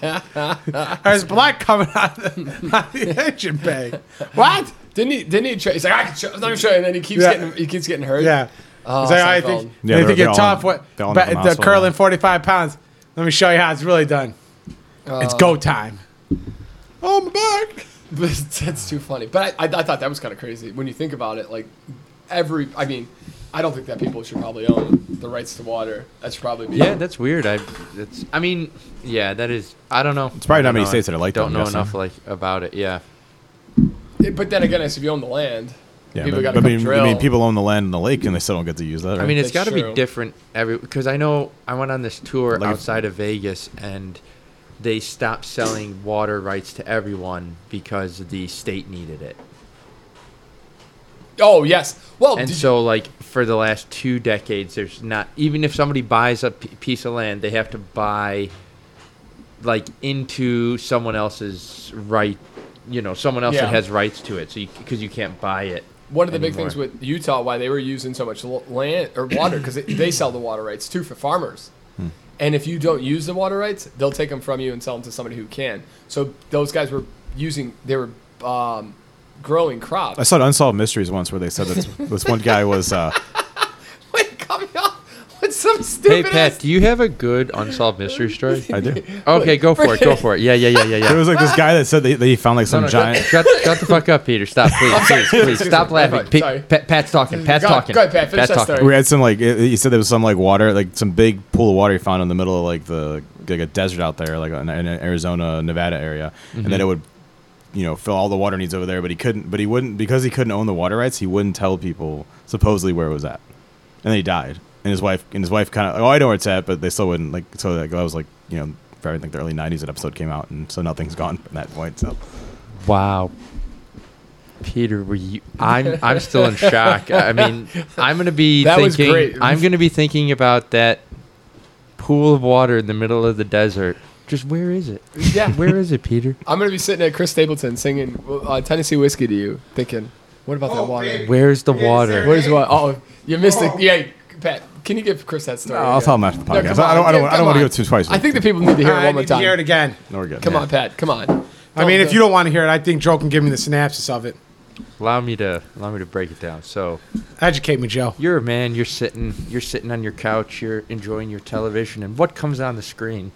Speaker 3: There's blood coming out of the, <laughs> out the engine bay. What?
Speaker 2: Didn't he? Didn't he? Try, he's like, I can show, let me show you. And then he keeps
Speaker 3: Yeah.
Speaker 2: getting he keeps getting hurt.
Speaker 3: Yeah.
Speaker 2: Oh,
Speaker 3: He's like, I
Speaker 2: Seinfeld.
Speaker 3: think,
Speaker 4: Yeah,
Speaker 3: they
Speaker 4: they're-
Speaker 3: think
Speaker 4: they're
Speaker 3: you're
Speaker 4: all-
Speaker 3: tough. What?
Speaker 4: they're all
Speaker 3: But
Speaker 4: in the
Speaker 3: the
Speaker 4: household,
Speaker 3: curling
Speaker 4: yeah.
Speaker 3: 45 pounds. Let me show you how it's really done. it's go time. Oh, my back.
Speaker 2: But <laughs> that's too funny. But I, I, I thought that was kind of crazy when you think about it. Like every, I mean, I don't think that people should probably own the rights to water. That's probably be
Speaker 1: Yeah, that's weird. I. That's. I mean, yeah, that is. I don't know. It's
Speaker 4: probably not many states that are like that,
Speaker 1: Don't
Speaker 4: I'm
Speaker 1: know
Speaker 4: guessing.
Speaker 1: enough like about it. Yeah.
Speaker 2: Yeah, But then again, if you own the land,
Speaker 4: Yeah,
Speaker 2: people
Speaker 4: but-
Speaker 2: got
Speaker 4: but
Speaker 2: to
Speaker 4: I,
Speaker 2: come
Speaker 4: mean,
Speaker 2: drill.
Speaker 4: I mean, people own the land and the lake and they still don't get to use that. Right?
Speaker 1: I mean, it's got
Speaker 2: That's
Speaker 1: to be
Speaker 2: true.
Speaker 1: different every because I know I went on this tour
Speaker 4: Like-
Speaker 1: outside of Vegas and they stopped selling water rights to everyone because the state needed it.
Speaker 2: Oh yes. Well,
Speaker 1: And
Speaker 2: did-
Speaker 1: so, like for the last two decades, there's not even if somebody buys a p- piece of land, they have to buy like into someone else's right. You know, someone else
Speaker 2: Yeah.
Speaker 1: that has rights to it, so because you, can't buy it.
Speaker 2: one of the big
Speaker 1: anymore.
Speaker 2: things with Utah why they were using so much lo- land or water because they sell the water rights too for farmers.
Speaker 4: Hmm.
Speaker 2: And if you don't use the water rights, they'll take them from you and sell them to somebody who can. So those guys were using, they were um, growing crops.
Speaker 4: I saw Unsolved Mysteries once where they said that this one guy was. Uh,
Speaker 2: <laughs> Wait, coming up with some
Speaker 1: Hey
Speaker 2: stupid.
Speaker 1: Pat, do you have a good unsolved mystery
Speaker 2: <laughs>
Speaker 1: story?
Speaker 4: I do.
Speaker 1: Okay, go for it. Go for it. Yeah, yeah, yeah, yeah, yeah.
Speaker 4: There was like this guy that said that he- that he found like some
Speaker 1: no,
Speaker 4: giant.
Speaker 1: Shut, shut the fuck up, Peter. Stop,
Speaker 2: <laughs>
Speaker 1: please, please, please. Stop laughing.
Speaker 2: Sorry,
Speaker 1: Pe-
Speaker 2: sorry.
Speaker 1: Pat- Pat's talking. Pat's
Speaker 2: Go-
Speaker 1: talking.
Speaker 2: go ahead, Pat. Finish
Speaker 1: Pat's
Speaker 2: that
Speaker 1: talking.
Speaker 2: story.
Speaker 4: We had some like it- he said there was some like water like some big pool of water he found in the middle of like the like a desert out there like in, in Arizona Nevada area and then it would you know fill all the water needs over there but he couldn't but he wouldn't because he couldn't own the water rights he wouldn't tell people supposedly where it was at and then he died and his wife and his wife kind of oh I know where it's at but they still wouldn't like so like, that was like you know I think the early '90s that episode came out and so nothing's gone from that point so
Speaker 1: Wow. Peter, were you? I'm I'm still in shock.
Speaker 2: <laughs>
Speaker 1: I mean, I'm gonna be
Speaker 2: That was
Speaker 1: thinking.
Speaker 2: great.
Speaker 1: I'm gonna be thinking about that pool of water in the middle of the desert. Just where is it?
Speaker 2: <laughs> Yeah.
Speaker 1: where is it,
Speaker 2: <laughs>
Speaker 1: Peter?
Speaker 2: I'm gonna be sitting at Chris Stapleton singing uh, Tennessee whiskey to you, thinking, "What about
Speaker 3: Oh,
Speaker 2: that water?
Speaker 1: Where's the water?
Speaker 2: Where's what? Oh, you missed it. Yeah, Pat, can you give Chris that story?
Speaker 4: I'll
Speaker 2: again?
Speaker 4: tell him after the
Speaker 2: No,
Speaker 4: podcast.
Speaker 2: come
Speaker 4: I don't.
Speaker 2: on.
Speaker 4: I don't.
Speaker 2: Yeah,
Speaker 4: I don't
Speaker 2: come
Speaker 4: want to
Speaker 2: on.
Speaker 4: go too twice.
Speaker 2: I think the people need to hear it
Speaker 3: I
Speaker 2: one more
Speaker 3: need to
Speaker 2: time.
Speaker 3: hear it again.
Speaker 4: No, we're good.
Speaker 2: Come
Speaker 4: Yeah.
Speaker 2: on, Pat. Come on.
Speaker 3: I mean,
Speaker 2: Don't-
Speaker 3: if you don't want to hear it, I think Joe can give me the synopsis of it.
Speaker 1: Allow me to allow me to break it down. So
Speaker 3: Educate me, Joe.
Speaker 1: you're a man. You're sitting. You're sitting on your couch. You're enjoying your television, and what comes on the screen?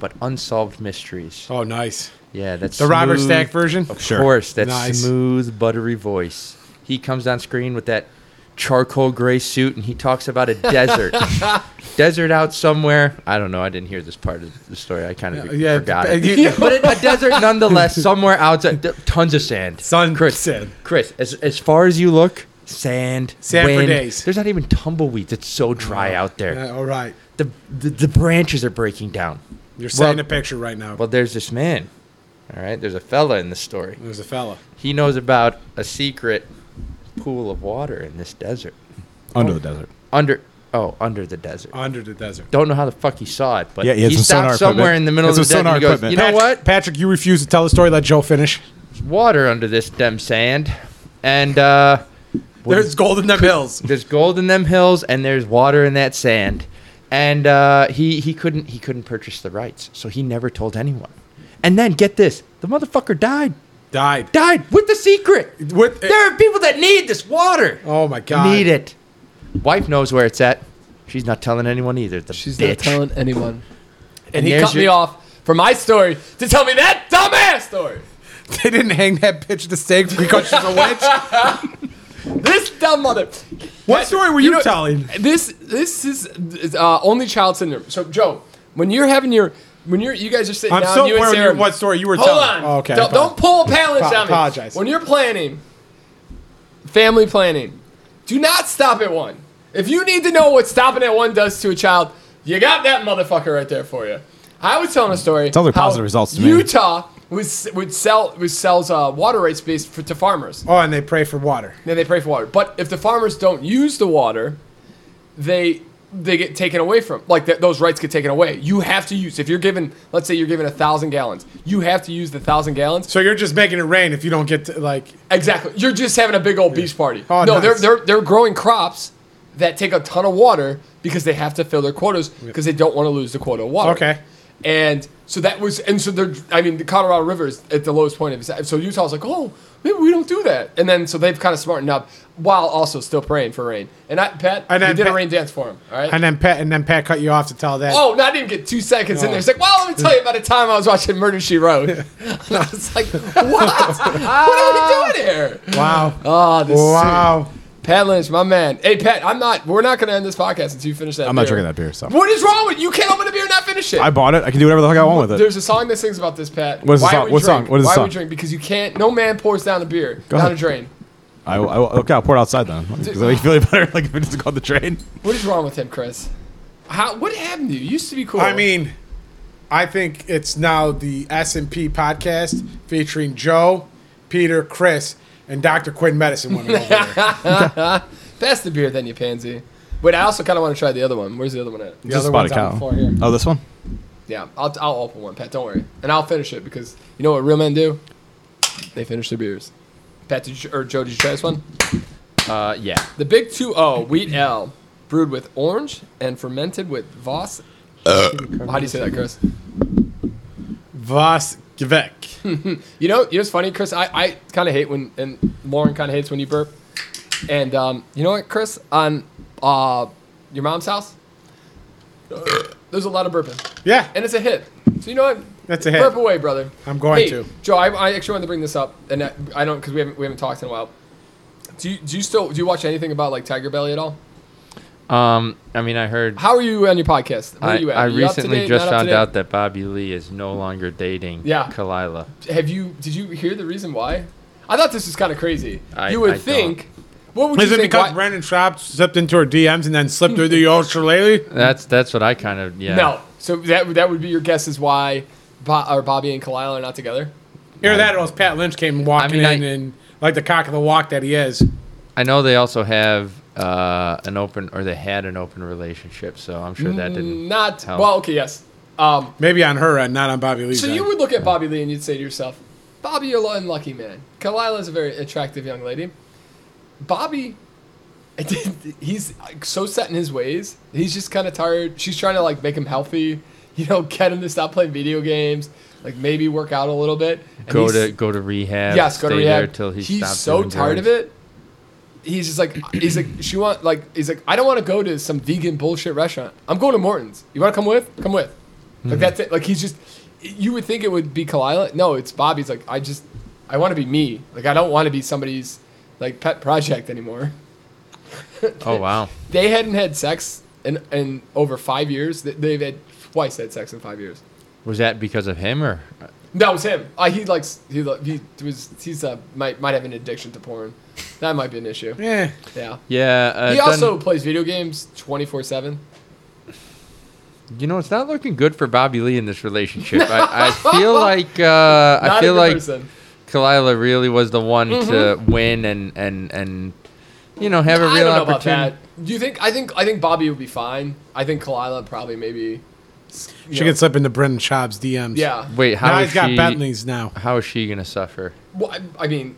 Speaker 1: But unsolved mysteries.
Speaker 3: Oh, nice.
Speaker 1: Yeah, that's
Speaker 3: The Robert
Speaker 1: smooth-
Speaker 3: Stack version.
Speaker 1: Of
Speaker 4: Sure.
Speaker 1: course, that
Speaker 3: Nice.
Speaker 1: smooth, buttery voice. He comes on screen with that charcoal gray suit, and he talks about
Speaker 3: <laughs>
Speaker 1: a desert, desert out somewhere. I don't know. I didn't hear this part of the story. I kind of
Speaker 3: Yeah,
Speaker 1: forgot
Speaker 3: but <laughs>
Speaker 1: it.
Speaker 3: you-
Speaker 1: but it, a desert nonetheless, somewhere outside. th- Tons of sand.
Speaker 3: Sun
Speaker 1: Chris,
Speaker 3: said.
Speaker 1: Chris, as, as far as you look, sand,
Speaker 3: Sand for
Speaker 1: wind.
Speaker 3: days.
Speaker 1: There's not even tumbleweeds. It's so dry out there.
Speaker 3: Uh, all right.
Speaker 1: The, the the branches are breaking down.
Speaker 3: You're setting
Speaker 1: Well-
Speaker 3: a picture right now.
Speaker 1: Well, there's this man. All right, there's a fella in the story
Speaker 3: There's a fella.
Speaker 1: he knows about a secret pool of water in this desert
Speaker 4: Under the desert.
Speaker 1: under oh under the desert
Speaker 3: Under the desert.
Speaker 1: don't know how the fuck he saw it but
Speaker 4: Yeah, he had some sonar
Speaker 1: stopped somewhere
Speaker 4: equipment.
Speaker 1: in the middle
Speaker 4: He
Speaker 1: of
Speaker 4: had
Speaker 1: the
Speaker 4: some
Speaker 1: desert and he
Speaker 4: sonar
Speaker 1: goes
Speaker 4: equipment.
Speaker 1: you know
Speaker 3: Pat-
Speaker 1: what
Speaker 3: Patrick, you refuse to tell the story. Let Joe finish.
Speaker 1: There's water under this dem sand and uh what
Speaker 3: There's gold in them hills.
Speaker 1: there's gold in them hills and there's water in that sand and uh, he he couldn't he couldn't purchase the rights so he never told anyone and then get this the motherfucker died
Speaker 3: <laughs> Died.
Speaker 1: died with the secret
Speaker 3: With-
Speaker 1: there are people that need this water
Speaker 3: Oh my god.
Speaker 1: Need it. Wife knows where it's at. She's not telling anyone either. The
Speaker 2: She's
Speaker 1: bitch.
Speaker 2: not telling anyone. And,
Speaker 1: And
Speaker 2: he
Speaker 1: there's
Speaker 2: cut me
Speaker 1: your-
Speaker 2: off for my story to tell me that dumbass story.
Speaker 3: They didn't hang that bitch to stake because she's a
Speaker 1: <laughs>
Speaker 3: witch.
Speaker 2: This dumb mother.
Speaker 3: what story were you,
Speaker 2: know-
Speaker 3: telling?
Speaker 2: This this is is, uh, only child syndrome. So Joe, when you're having your when you're you guys are sitting
Speaker 3: I'm
Speaker 2: down,
Speaker 3: so
Speaker 2: you and
Speaker 3: aware of
Speaker 2: Sarah,
Speaker 3: you- what story you were
Speaker 2: Hold
Speaker 3: telling.
Speaker 2: on.
Speaker 3: Oh, okay.
Speaker 2: Don't, don't pull palins
Speaker 3: Apo-
Speaker 2: on me.
Speaker 3: apologize.
Speaker 2: When you're planning, family planning, do not stop at one. If you need to know what stopping at one does to a child, you got that motherfucker right there for you. I was telling a story.
Speaker 4: Sounds like
Speaker 2: how
Speaker 4: positive results to me.
Speaker 2: Utah was would sell was sells uh, water rights based for, to farmers.
Speaker 3: Oh, and they pray for water.
Speaker 2: Then they pray for water. But if the farmers don't use the water, they they get taken away from. Like th- those rights get taken away. You have to use. If you're given, let's say you're given a thousand gallons, you have to use the thousand gallons.
Speaker 3: So you're just making it rain if you don't get to, like.
Speaker 2: Exactly. You're just having a big old beach party.
Speaker 3: Oh,
Speaker 2: no,
Speaker 3: nice.
Speaker 2: they're, they're they're growing crops that take a ton of water because they have to fill their quotas because they don't want to lose the quota of water.
Speaker 3: Okay.
Speaker 2: And so that was, and so they're, I mean, the Colorado River is at the lowest point of its. So Utah's like, oh, maybe we don't do that. And then so they've kind of smartened up while also still praying for rain. And I, Pat,
Speaker 3: And
Speaker 2: you
Speaker 3: then
Speaker 2: did a
Speaker 3: Pat-
Speaker 2: rain dance for him. All right.
Speaker 3: And then Pat and then Pat cut you off to tell that.
Speaker 2: Oh, no, I didn't get two seconds in
Speaker 3: No.
Speaker 2: there. It's like, well, let me tell you about a time I was watching Murder She Wrote. <laughs> and I was like, what? what are we doing here?
Speaker 3: wow.
Speaker 2: Oh, this wow.
Speaker 3: wow.
Speaker 2: Pat Lynch, my man. Hey, Pat, I'm not. We're not going to end this podcast until you finish that.
Speaker 4: I'm not drinking that beer, so.
Speaker 2: What is wrong with you? Can't open a beer and not finish it.
Speaker 4: I bought it. I can do whatever the fuck I want with it.
Speaker 2: There's a song that sings about this, Pat.
Speaker 4: What is the
Speaker 2: Why
Speaker 4: song?
Speaker 2: we
Speaker 4: What
Speaker 2: drink.
Speaker 4: song? What is the
Speaker 2: Why
Speaker 4: song?
Speaker 2: we drink? Because you can't. No man pours down a beer
Speaker 4: Go
Speaker 2: down
Speaker 4: ahead.
Speaker 2: a drain.
Speaker 4: I, will- I will, okay, I'll pour it
Speaker 3: <laughs>
Speaker 4: outside then. Does that make you feel any better? <laughs> Like if it just called the train.
Speaker 2: What is wrong with him, Chris? How? What happened to you? You used to be cool.
Speaker 3: I mean, I think it's now the S and P podcast featuring Joe, Peter, Chris, and Doctor Quinn Medicine
Speaker 2: <laughs>
Speaker 3: woman over there.
Speaker 2: pass the beer, then you pansy. Wait, I also kind of want to try the other one. Where's the other one at?
Speaker 3: The other
Speaker 4: bought
Speaker 3: one's
Speaker 4: a
Speaker 3: on the
Speaker 4: cow.
Speaker 3: floor here.
Speaker 4: Oh, this one.
Speaker 2: Yeah, I'll, I'll open one, Pat. Don't worry, and I'll finish it because you know what real men do? They finish their beers. Pat, did you, or Joe, did you try this one?
Speaker 1: Uh, yeah.
Speaker 2: The Big 2-0 Wheat L, brewed with orange and fermented with Voss.
Speaker 3: Uh.
Speaker 2: How do you say that, Chris?
Speaker 3: Vas
Speaker 2: Hmm.
Speaker 3: Gvek.
Speaker 2: You know, you know what's funny, Chris? I, I kind of hate when, and Lauren kind of hates when you burp. And um, you know what, Chris? On uh, your mom's house, there's a lot of burping.
Speaker 3: Yeah.
Speaker 2: And it's a hit. So you know what?
Speaker 3: That's a hit.
Speaker 2: Burp away, brother.
Speaker 3: I'm going
Speaker 2: Hey,
Speaker 3: to.
Speaker 2: Joe, I, I actually wanted to bring this up, and I, I don't, because we haven't, we haven't talked in a while. Do you, do you still, do you watch anything about like Tiger Belly at all?
Speaker 1: Um, I mean, I heard.
Speaker 2: How are you on your podcast? Where
Speaker 1: I,
Speaker 2: are you at?
Speaker 1: I
Speaker 2: Are you up to
Speaker 1: recently
Speaker 2: date,
Speaker 1: just
Speaker 2: not up to
Speaker 1: found
Speaker 2: date?
Speaker 1: out that Bobby Lee is no longer dating
Speaker 2: Yeah.
Speaker 1: Kalila.
Speaker 2: Have you? Did you hear the reason why? I thought this was kind of crazy.
Speaker 1: I-
Speaker 2: you would
Speaker 1: I
Speaker 2: think. What would
Speaker 3: Is
Speaker 2: you
Speaker 3: it
Speaker 2: think?
Speaker 3: because
Speaker 2: why-
Speaker 3: Brandon Schaub slipped into her DMs and then slipped through
Speaker 2: <laughs>
Speaker 3: the old shillelagh?
Speaker 1: That's that's what I kind of yeah.
Speaker 2: No. So that that would be your guess is why Bo- or Bobby and Kalila are not together.
Speaker 3: Hear that? Or else Pat Lynch came
Speaker 1: mean,
Speaker 3: walking
Speaker 1: I-
Speaker 3: in and like the cock of the walk that he is.
Speaker 1: I know they also have uh, an open, or they had an open relationship, so I'm sure that didn't.
Speaker 2: Not
Speaker 1: help.
Speaker 2: well. Okay, yes. Um,
Speaker 3: Maybe on her end, not on Bobby Lee's.
Speaker 2: so
Speaker 3: end.
Speaker 2: you would look at Bobby Lee and you'd say to yourself, "Bobby, you're an unlucky man. Kalila's a very attractive young lady. Bobby, <laughs> he's so set in his ways. He's just kind of tired. She's trying to like make him healthy. You know, <laughs> get him to stop playing video games. Like maybe work out a little bit. And
Speaker 1: go
Speaker 2: he's-
Speaker 1: to go to rehab.
Speaker 2: yes, go to
Speaker 1: stay
Speaker 2: rehab.
Speaker 1: there till he
Speaker 2: he's
Speaker 1: stops
Speaker 2: so
Speaker 1: doing
Speaker 2: tired of
Speaker 1: drugs.
Speaker 2: it. He's just like he's like she want like he's like I don't want to go to some vegan bullshit restaurant. I'm going to Morton's. You want to come with? Come with.
Speaker 1: Mm-hmm.
Speaker 2: Like that's it. Like he's just. You would think it would be Kalila. No, it's Bobby's. Like I just I want to be me. Like I don't want to be somebody's like pet project anymore.
Speaker 1: Oh wow.
Speaker 2: They hadn't had sex in in over five years. They- They've had twice had sex in five years.
Speaker 1: Was that because of him or?
Speaker 2: That was him. Uh, he likes he li- he was he's uh, might might have an addiction to porn. That might be an issue.
Speaker 3: Eh.
Speaker 2: Yeah.
Speaker 1: Yeah. Uh,
Speaker 2: He
Speaker 1: it doesn't-
Speaker 2: also plays video games 24 7.
Speaker 1: You know, it's not looking good for Bobby Lee in this relationship.
Speaker 2: <laughs>
Speaker 1: I, I feel like uh, I feel like Kalila really was the one to win and and and you know have a
Speaker 2: Mm-hmm. I
Speaker 1: real
Speaker 2: don't know about
Speaker 1: opportunity.
Speaker 2: that. Do you think? I think I think Bobby would be fine. I think Kalila probably maybe. s- you
Speaker 3: She
Speaker 2: know,
Speaker 3: can slip into Brendan Schaub's DMs.
Speaker 2: Yeah.
Speaker 1: Wait,
Speaker 3: now
Speaker 1: how
Speaker 3: he's
Speaker 1: is
Speaker 3: got
Speaker 1: she?
Speaker 3: Bentley's now.
Speaker 1: How is she gonna suffer?
Speaker 2: Well, I, I mean,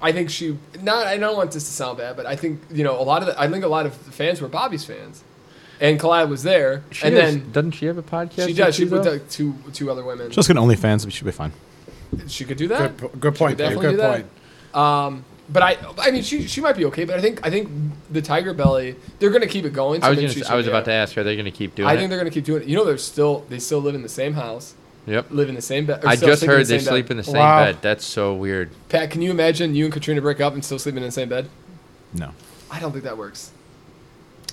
Speaker 2: I think she. Not. I don't want this to sound bad, but I think you know a lot of. The, I think a lot of the fans were Bobby's fans, and Kalila was there,
Speaker 1: She
Speaker 2: and
Speaker 1: is-
Speaker 2: then.
Speaker 1: doesn't she have a podcast?
Speaker 2: She does.
Speaker 1: that
Speaker 2: She
Speaker 1: she's
Speaker 2: with
Speaker 1: on?
Speaker 2: uh, two two other women.
Speaker 4: Just an OnlyFans, we should be fine.
Speaker 2: she could do
Speaker 3: Good,
Speaker 2: that.
Speaker 3: po- good point. Dave,
Speaker 2: definitely
Speaker 3: Good
Speaker 2: do that. Um,
Speaker 3: point.
Speaker 2: But I, I mean, she she might be okay. But I think I think the Tiger Belly, they're gonna keep it going. So
Speaker 1: I was
Speaker 2: maybe
Speaker 1: gonna,
Speaker 2: she
Speaker 1: s-
Speaker 2: should
Speaker 1: I was
Speaker 2: be
Speaker 1: about
Speaker 2: out.
Speaker 1: to ask. Are they gonna keep doing
Speaker 2: I think
Speaker 1: it?
Speaker 2: they're gonna keep doing it. You know, they're still they still live in the same house,
Speaker 1: Yep.
Speaker 2: live in the same bed. or
Speaker 1: I
Speaker 2: still
Speaker 1: just
Speaker 2: sleep in
Speaker 1: heard
Speaker 2: the
Speaker 1: they
Speaker 2: same bed.
Speaker 1: sleep in the same
Speaker 3: Wow.
Speaker 1: bed. That's so weird.
Speaker 2: Pat, can you imagine you and Katrina break up and still sleeping in the same bed?
Speaker 4: No.
Speaker 2: I don't think that works.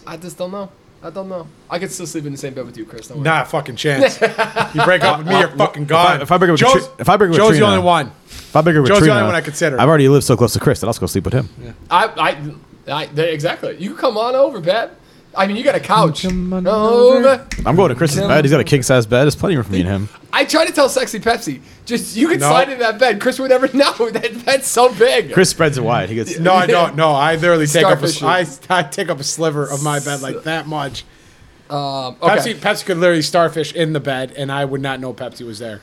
Speaker 2: I just don't know. I don't know. I could still sleep in the same bed with you, Chris. Don't worry.
Speaker 3: Not a fucking chance. you break
Speaker 4: <laughs>
Speaker 3: up with me, you're fucking
Speaker 4: I-
Speaker 3: gone.
Speaker 4: if I break up with
Speaker 3: Joe's,
Speaker 4: Tri- if I break up with
Speaker 3: Joe's
Speaker 4: Trina-
Speaker 3: the only one.
Speaker 4: If I beg her with
Speaker 3: Joe's the
Speaker 4: Trina,
Speaker 3: only one I consider.
Speaker 4: I've already lived so close to Chris that I'll just go sleep with him.
Speaker 2: I, I, I they, exactly. You can come on over, Pat. I mean, you got a couch.
Speaker 1: Come on
Speaker 2: over.
Speaker 1: over.
Speaker 4: I'm going to Chris's bed. He's got a king size bed. There's plenty of room for me and him.
Speaker 2: I try to tell sexy Pepsi, just you can
Speaker 3: No.
Speaker 2: slide in that bed. Chris would never <laughs> know that bed's so big.
Speaker 4: Chris spreads it wide. He gets
Speaker 3: No, I don't. No, I literally take up. A,
Speaker 2: Starfish
Speaker 3: I, I take up a sliver of my bed like that much.
Speaker 2: um, okay.
Speaker 3: Pepsi, Pepsi could literally starfish in the bed, and I would not know Pepsi was there.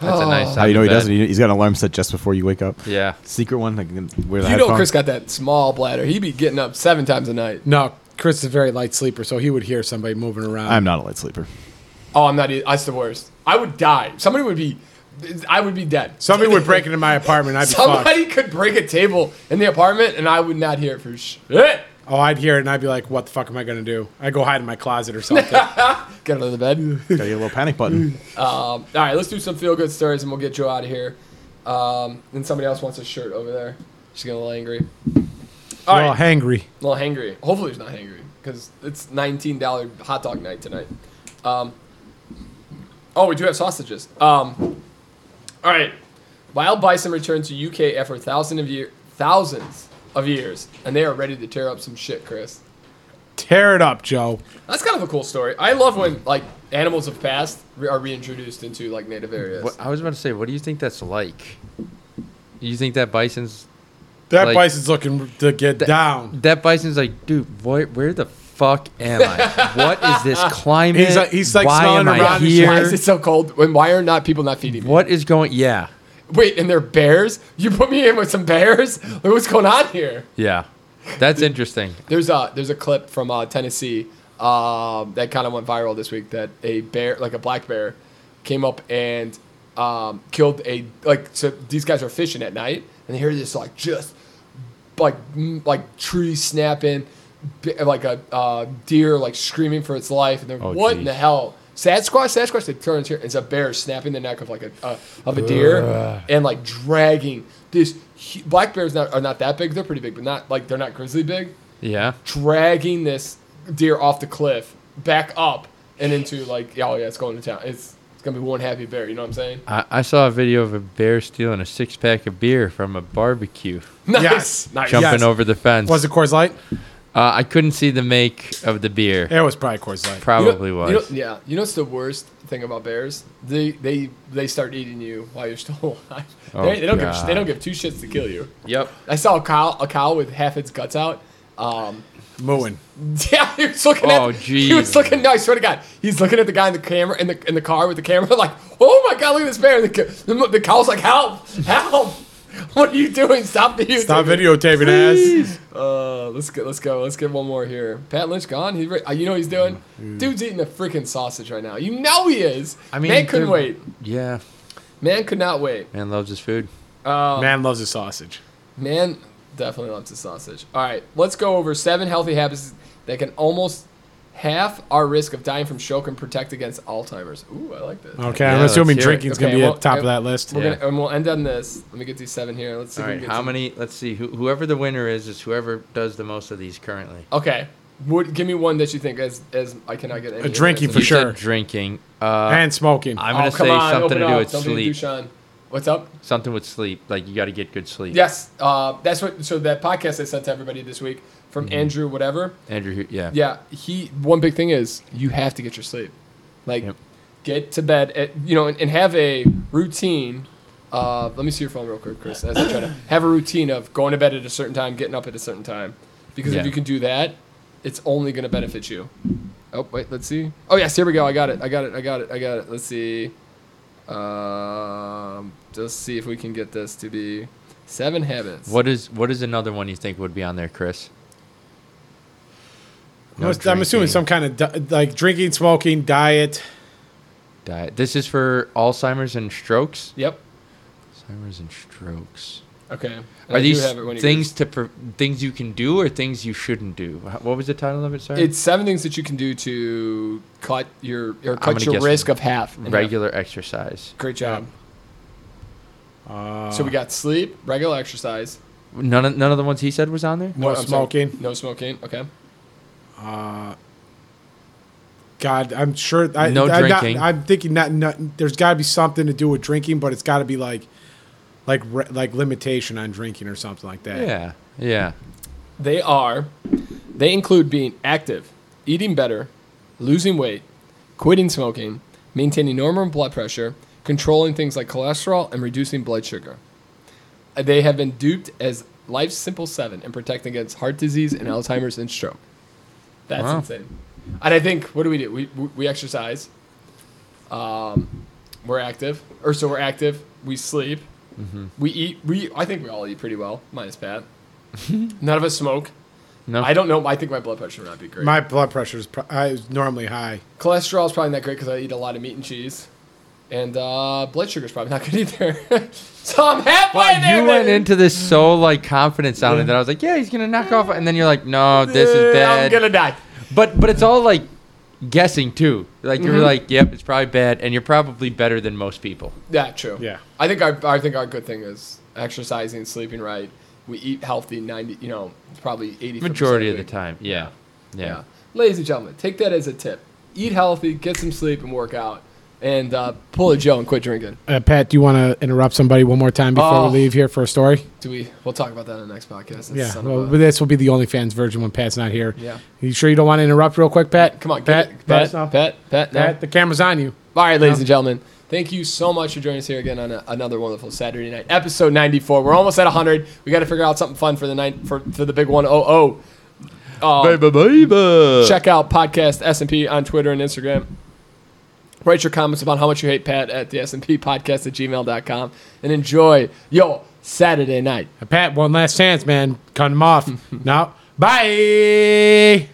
Speaker 1: That's a
Speaker 3: Oh.
Speaker 1: nice.
Speaker 4: How you know he
Speaker 1: bed.
Speaker 4: doesn't? He- He's got an alarm set just before you wake up.
Speaker 1: Yeah.
Speaker 4: Secret one. Like where the
Speaker 2: You know
Speaker 4: headphone-
Speaker 2: Chris got that small bladder. He'd be getting up seven times a night.
Speaker 3: No, Chris is a very light sleeper, so he would hear somebody moving around.
Speaker 4: I'm not a light sleeper.
Speaker 2: Oh, I'm not. e- That's the worst. I would die. Somebody would be. I would be dead.
Speaker 3: somebody would break
Speaker 2: <laughs>
Speaker 3: into my apartment. I'd be fucked.
Speaker 2: Somebody could break a table in the apartment, and I would not hear it for shit.
Speaker 3: Oh, I'd hear it, and I'd be like, "What the fuck am I gonna do?" I go hide in my closet or
Speaker 4: <laughs>
Speaker 3: something.
Speaker 2: Get out of the bed. <laughs>
Speaker 4: Gotta get a little
Speaker 3: <laughs>
Speaker 4: panic button.
Speaker 2: Um, all right, let's do some feel good stories, and we'll get Joe out of here. Um, and somebody else wants a shirt over there. She's getting a little angry. All right.
Speaker 3: well, hangry.
Speaker 2: A little hangry. Hopefully he's not hangry because it's nineteen dollar hot dog night tonight. Um, oh, we do have sausages. Um, all right. Wild bison returned to UK after thousands of year thousands of years, and they are ready to tear up some shit, Chris.
Speaker 3: Tear it up, Joe.
Speaker 2: That's kind of a cool story. I love when like animals of past re- are reintroduced into like native areas.
Speaker 1: What, I was about to say, what do you think that's like? You think that bison's
Speaker 3: That
Speaker 1: Like-
Speaker 3: bison's looking to get down.
Speaker 1: that bison's like, dude, where, where the fuck am
Speaker 3: <laughs>
Speaker 1: I? what is this climate?
Speaker 3: He's like- he's like
Speaker 1: Why
Speaker 3: smelling
Speaker 1: am I
Speaker 3: around his
Speaker 1: here?
Speaker 2: Why is it so cold? And why are not people not feeding me?
Speaker 1: What is going? Yeah,
Speaker 2: Wait, and they're bears? You put me in with some bears? Like, what's going on here?
Speaker 1: yeah, that's interesting.
Speaker 2: There's a there's a clip from uh, Tennessee um, that kind of went viral this week that a bear like a black bear came up and um, killed a like so these guys are fishing at night and they hear this like just like mm, like tree snapping b- like a uh, deer like screaming for its life and they're
Speaker 1: Oh,
Speaker 2: what in
Speaker 1: geez.
Speaker 2: the hell Sasquatch Sasquatch they turn into it's a bear snapping the neck of like a uh, of a deer and like dragging this hu- black bears not, are not that big they're pretty big but not like they're not grizzly big
Speaker 1: Yeah,
Speaker 2: dragging this deer off the cliff back up and into like oh yeah it's going to town it's it's gonna be one happy bear you know what i'm saying
Speaker 1: I, I saw a video of a bear stealing a six pack of beer from a barbecue,
Speaker 2: nice
Speaker 3: Yes.
Speaker 2: nice
Speaker 1: jumping
Speaker 3: Yes.
Speaker 1: over the fence.
Speaker 3: Was it Coors Light?
Speaker 1: Uh, I couldn't see the make of the beer.
Speaker 3: That was probably Coors Light.
Speaker 2: You know-
Speaker 1: Probably
Speaker 2: you
Speaker 1: was.
Speaker 2: know- yeah. You know what's the worst thing about bears? They they they start eating you while you're still <laughs> alive. they, they don't give a sh- they
Speaker 1: Oh, God.
Speaker 2: don't give two shits to kill you.
Speaker 1: Yep.
Speaker 2: I saw a cow a cow with half its guts out. Um,
Speaker 3: Mooing.
Speaker 2: <laughs> yeah, he was looking
Speaker 1: Oh,
Speaker 2: at. He was
Speaker 1: geez.
Speaker 2: looking. No, I swear to God, he's looking at the guy in the camera in the in the car with the camera, <laughs> like, oh my God, look at this bear. And the, c- the, the cow's like, help, help! <laughs> What are you doing? Stop the
Speaker 3: Stop videotaping ass.
Speaker 2: Uh, let's get let's go. Let's get one more here. Pat Lynch gone. He, re- uh, you know what he's doing.
Speaker 3: Mm.
Speaker 2: Dude's eating a freaking sausage right now. You know he is.
Speaker 1: I mean,
Speaker 2: man couldn't
Speaker 1: they're-
Speaker 2: wait.
Speaker 1: Yeah,
Speaker 2: Man could not wait.
Speaker 1: man loves his food.
Speaker 3: Man loves a sausage.
Speaker 2: Man definitely loves his sausage. All right, let's go over seven healthy habits that can almost half our risk of dying from stroke and protect against Alzheimer's. Ooh, I like this.
Speaker 3: Okay,
Speaker 1: Yeah,
Speaker 3: I'm assuming
Speaker 1: let's hear it.
Speaker 3: drinking's gonna
Speaker 2: Okay,
Speaker 3: be
Speaker 2: well,
Speaker 3: at top of
Speaker 2: I-
Speaker 3: that list.
Speaker 2: We're
Speaker 1: Yeah.
Speaker 2: gonna and we'll end on this. Let me get these seven here. Let's see.
Speaker 1: All
Speaker 2: if we
Speaker 1: right,
Speaker 2: can get
Speaker 1: how
Speaker 2: some-
Speaker 1: many? Let's see. Who, whoever the winner is is whoever does the most of these currently.
Speaker 2: Okay, what, give me one that you think as as I cannot get any.
Speaker 3: drinking
Speaker 2: of
Speaker 3: For
Speaker 1: You
Speaker 2: those.
Speaker 1: said
Speaker 3: sure.
Speaker 1: drinking. Uh,
Speaker 3: and smoking.
Speaker 1: I'm gonna
Speaker 2: Oh, come
Speaker 1: say
Speaker 2: on,
Speaker 1: something to
Speaker 2: open
Speaker 1: do
Speaker 2: up.
Speaker 1: with
Speaker 2: Don't Be a
Speaker 1: sleep.
Speaker 2: douche on. What's up?
Speaker 1: Something with sleep. Like you got to get good sleep.
Speaker 2: Yes, uh, that's what. So that podcast I sent to everybody this week from
Speaker 1: Mm-hmm.
Speaker 2: Andrew, whatever.
Speaker 1: Andrew. who- Yeah.
Speaker 2: Yeah, he. One big thing is you have to get your sleep. Like,
Speaker 1: Yep.
Speaker 2: get to bed at you know and, and have a routine. Uh, let me see your phone real quick, Chris. As I try to
Speaker 1: <coughs>
Speaker 2: have a routine of going to bed at a certain time, getting up at a certain time, because
Speaker 1: Yeah.
Speaker 2: if you can do that, it's only going to benefit you. Oh wait, let's see. Oh yes, here we go. I got it. I got it. I got it. I got it. Let's see. Um, just see if we can get this to be seven habits.
Speaker 1: What is What is another one you think would be on there, Chris?
Speaker 3: I'm, I'm assuming some kind of di- like drinking, smoking, diet.
Speaker 1: Diet. This is for Alzheimer's and strokes.
Speaker 2: Yep.
Speaker 1: Alzheimer's and strokes.
Speaker 2: Okay. And I
Speaker 1: Are
Speaker 2: do
Speaker 1: these
Speaker 2: have it when you
Speaker 1: things to pre- things you can do or things you shouldn't do? Wh- What was the title of it? Sorry.
Speaker 2: It's seven things that you can do to cut your or
Speaker 1: gonna
Speaker 2: cut your
Speaker 1: guess
Speaker 2: risk of half. in
Speaker 1: <laughs>
Speaker 2: half.
Speaker 1: regular exercise.
Speaker 2: Great job.
Speaker 3: Uh,
Speaker 2: so we got sleep, regular exercise,
Speaker 1: None of, none of the ones he said was on there.
Speaker 3: No
Speaker 2: I'm sorry,
Speaker 3: smoking.
Speaker 2: no smoking. Okay.
Speaker 3: God, I'm sure. I, I'm
Speaker 1: No
Speaker 3: not-
Speaker 1: drinking.
Speaker 3: I'm thinking not. not there's got to be something to do with drinking, but it's got to be like, like, re, like limitation on drinking or something like that.
Speaker 1: Yeah. Yeah.
Speaker 2: They are. They include being active, eating better, losing weight, quitting smoking, maintaining normal blood pressure, controlling things like cholesterol, and reducing blood sugar. Uh, They have been duped as Life's Simple Seven and protecting against heart disease and Alzheimer's and stroke. That's
Speaker 1: Wow.
Speaker 2: insane. And I think what do we do? We we- we exercise. Um, we're active, or so we're active. We sleep.
Speaker 1: Mm-hmm.
Speaker 2: We eat. We I think we all eat pretty well,
Speaker 1: <laughs>
Speaker 2: minus Pat. None of us smoke.
Speaker 1: No.
Speaker 2: I don't know. I think my blood pressure would not be great.
Speaker 3: My blood pressure is pro- I, is normally high.
Speaker 2: Cholesterol's probably not great because I eat a lot of meat and cheese, and uh, blood sugar's probably <laughs> not good either. so I'm halfway
Speaker 1: Wow,
Speaker 2: there.
Speaker 1: you went
Speaker 2: baby.
Speaker 1: into this so like confident sounding that I was like, yeah, he's gonna knock off, and then you're like, no, this is
Speaker 2: Yeah,
Speaker 1: bad.
Speaker 2: I'm gonna die.
Speaker 1: But but it's all like guessing too. Like you're like, yep, it's probably bad, and you're probably better than most people.
Speaker 2: Yeah, true.
Speaker 3: Yeah.
Speaker 2: I think our I think our good thing is exercising, sleeping right. We eat healthy. Ninety, you know, probably eighty.
Speaker 1: Majority of the time, yeah, yeah.
Speaker 2: Yeah. Ladies and gentlemen, take that as a tip. Eat healthy, get some sleep, and work out, and uh, pull a Joe and quit drinking.
Speaker 3: Uh, Pat, do you want to interrupt somebody one more time before
Speaker 2: Oh.
Speaker 3: we leave here for a story?
Speaker 2: Do we? We'll talk about that in the next podcast. It's
Speaker 3: Yeah.
Speaker 2: son of
Speaker 3: Well,
Speaker 2: a-
Speaker 3: this will be the OnlyFans version when Pat's not here.
Speaker 2: Yeah.
Speaker 3: You sure you don't want to interrupt real quick, Pat?
Speaker 2: Come on,
Speaker 3: Pat.
Speaker 2: Pat,
Speaker 3: let
Speaker 2: Pat,
Speaker 3: us know.
Speaker 2: Pat, Pat, no?
Speaker 3: Pat, the camera's on you.
Speaker 2: All right, ladies and gentlemen, thank you so much for joining us here again on a, another wonderful Saturday night, episode 94. We're almost at 100. We got to figure out something fun for the night for, for the big one. Oh, oh. Um, check out podcast S&P on Twitter and Instagram. Write your comments about how much you hate Pat at the S&P podcast at gmail.com and enjoy your Saturday night. <laughs>
Speaker 3: Pat, one last chance, man. Cut him off. no. Bye.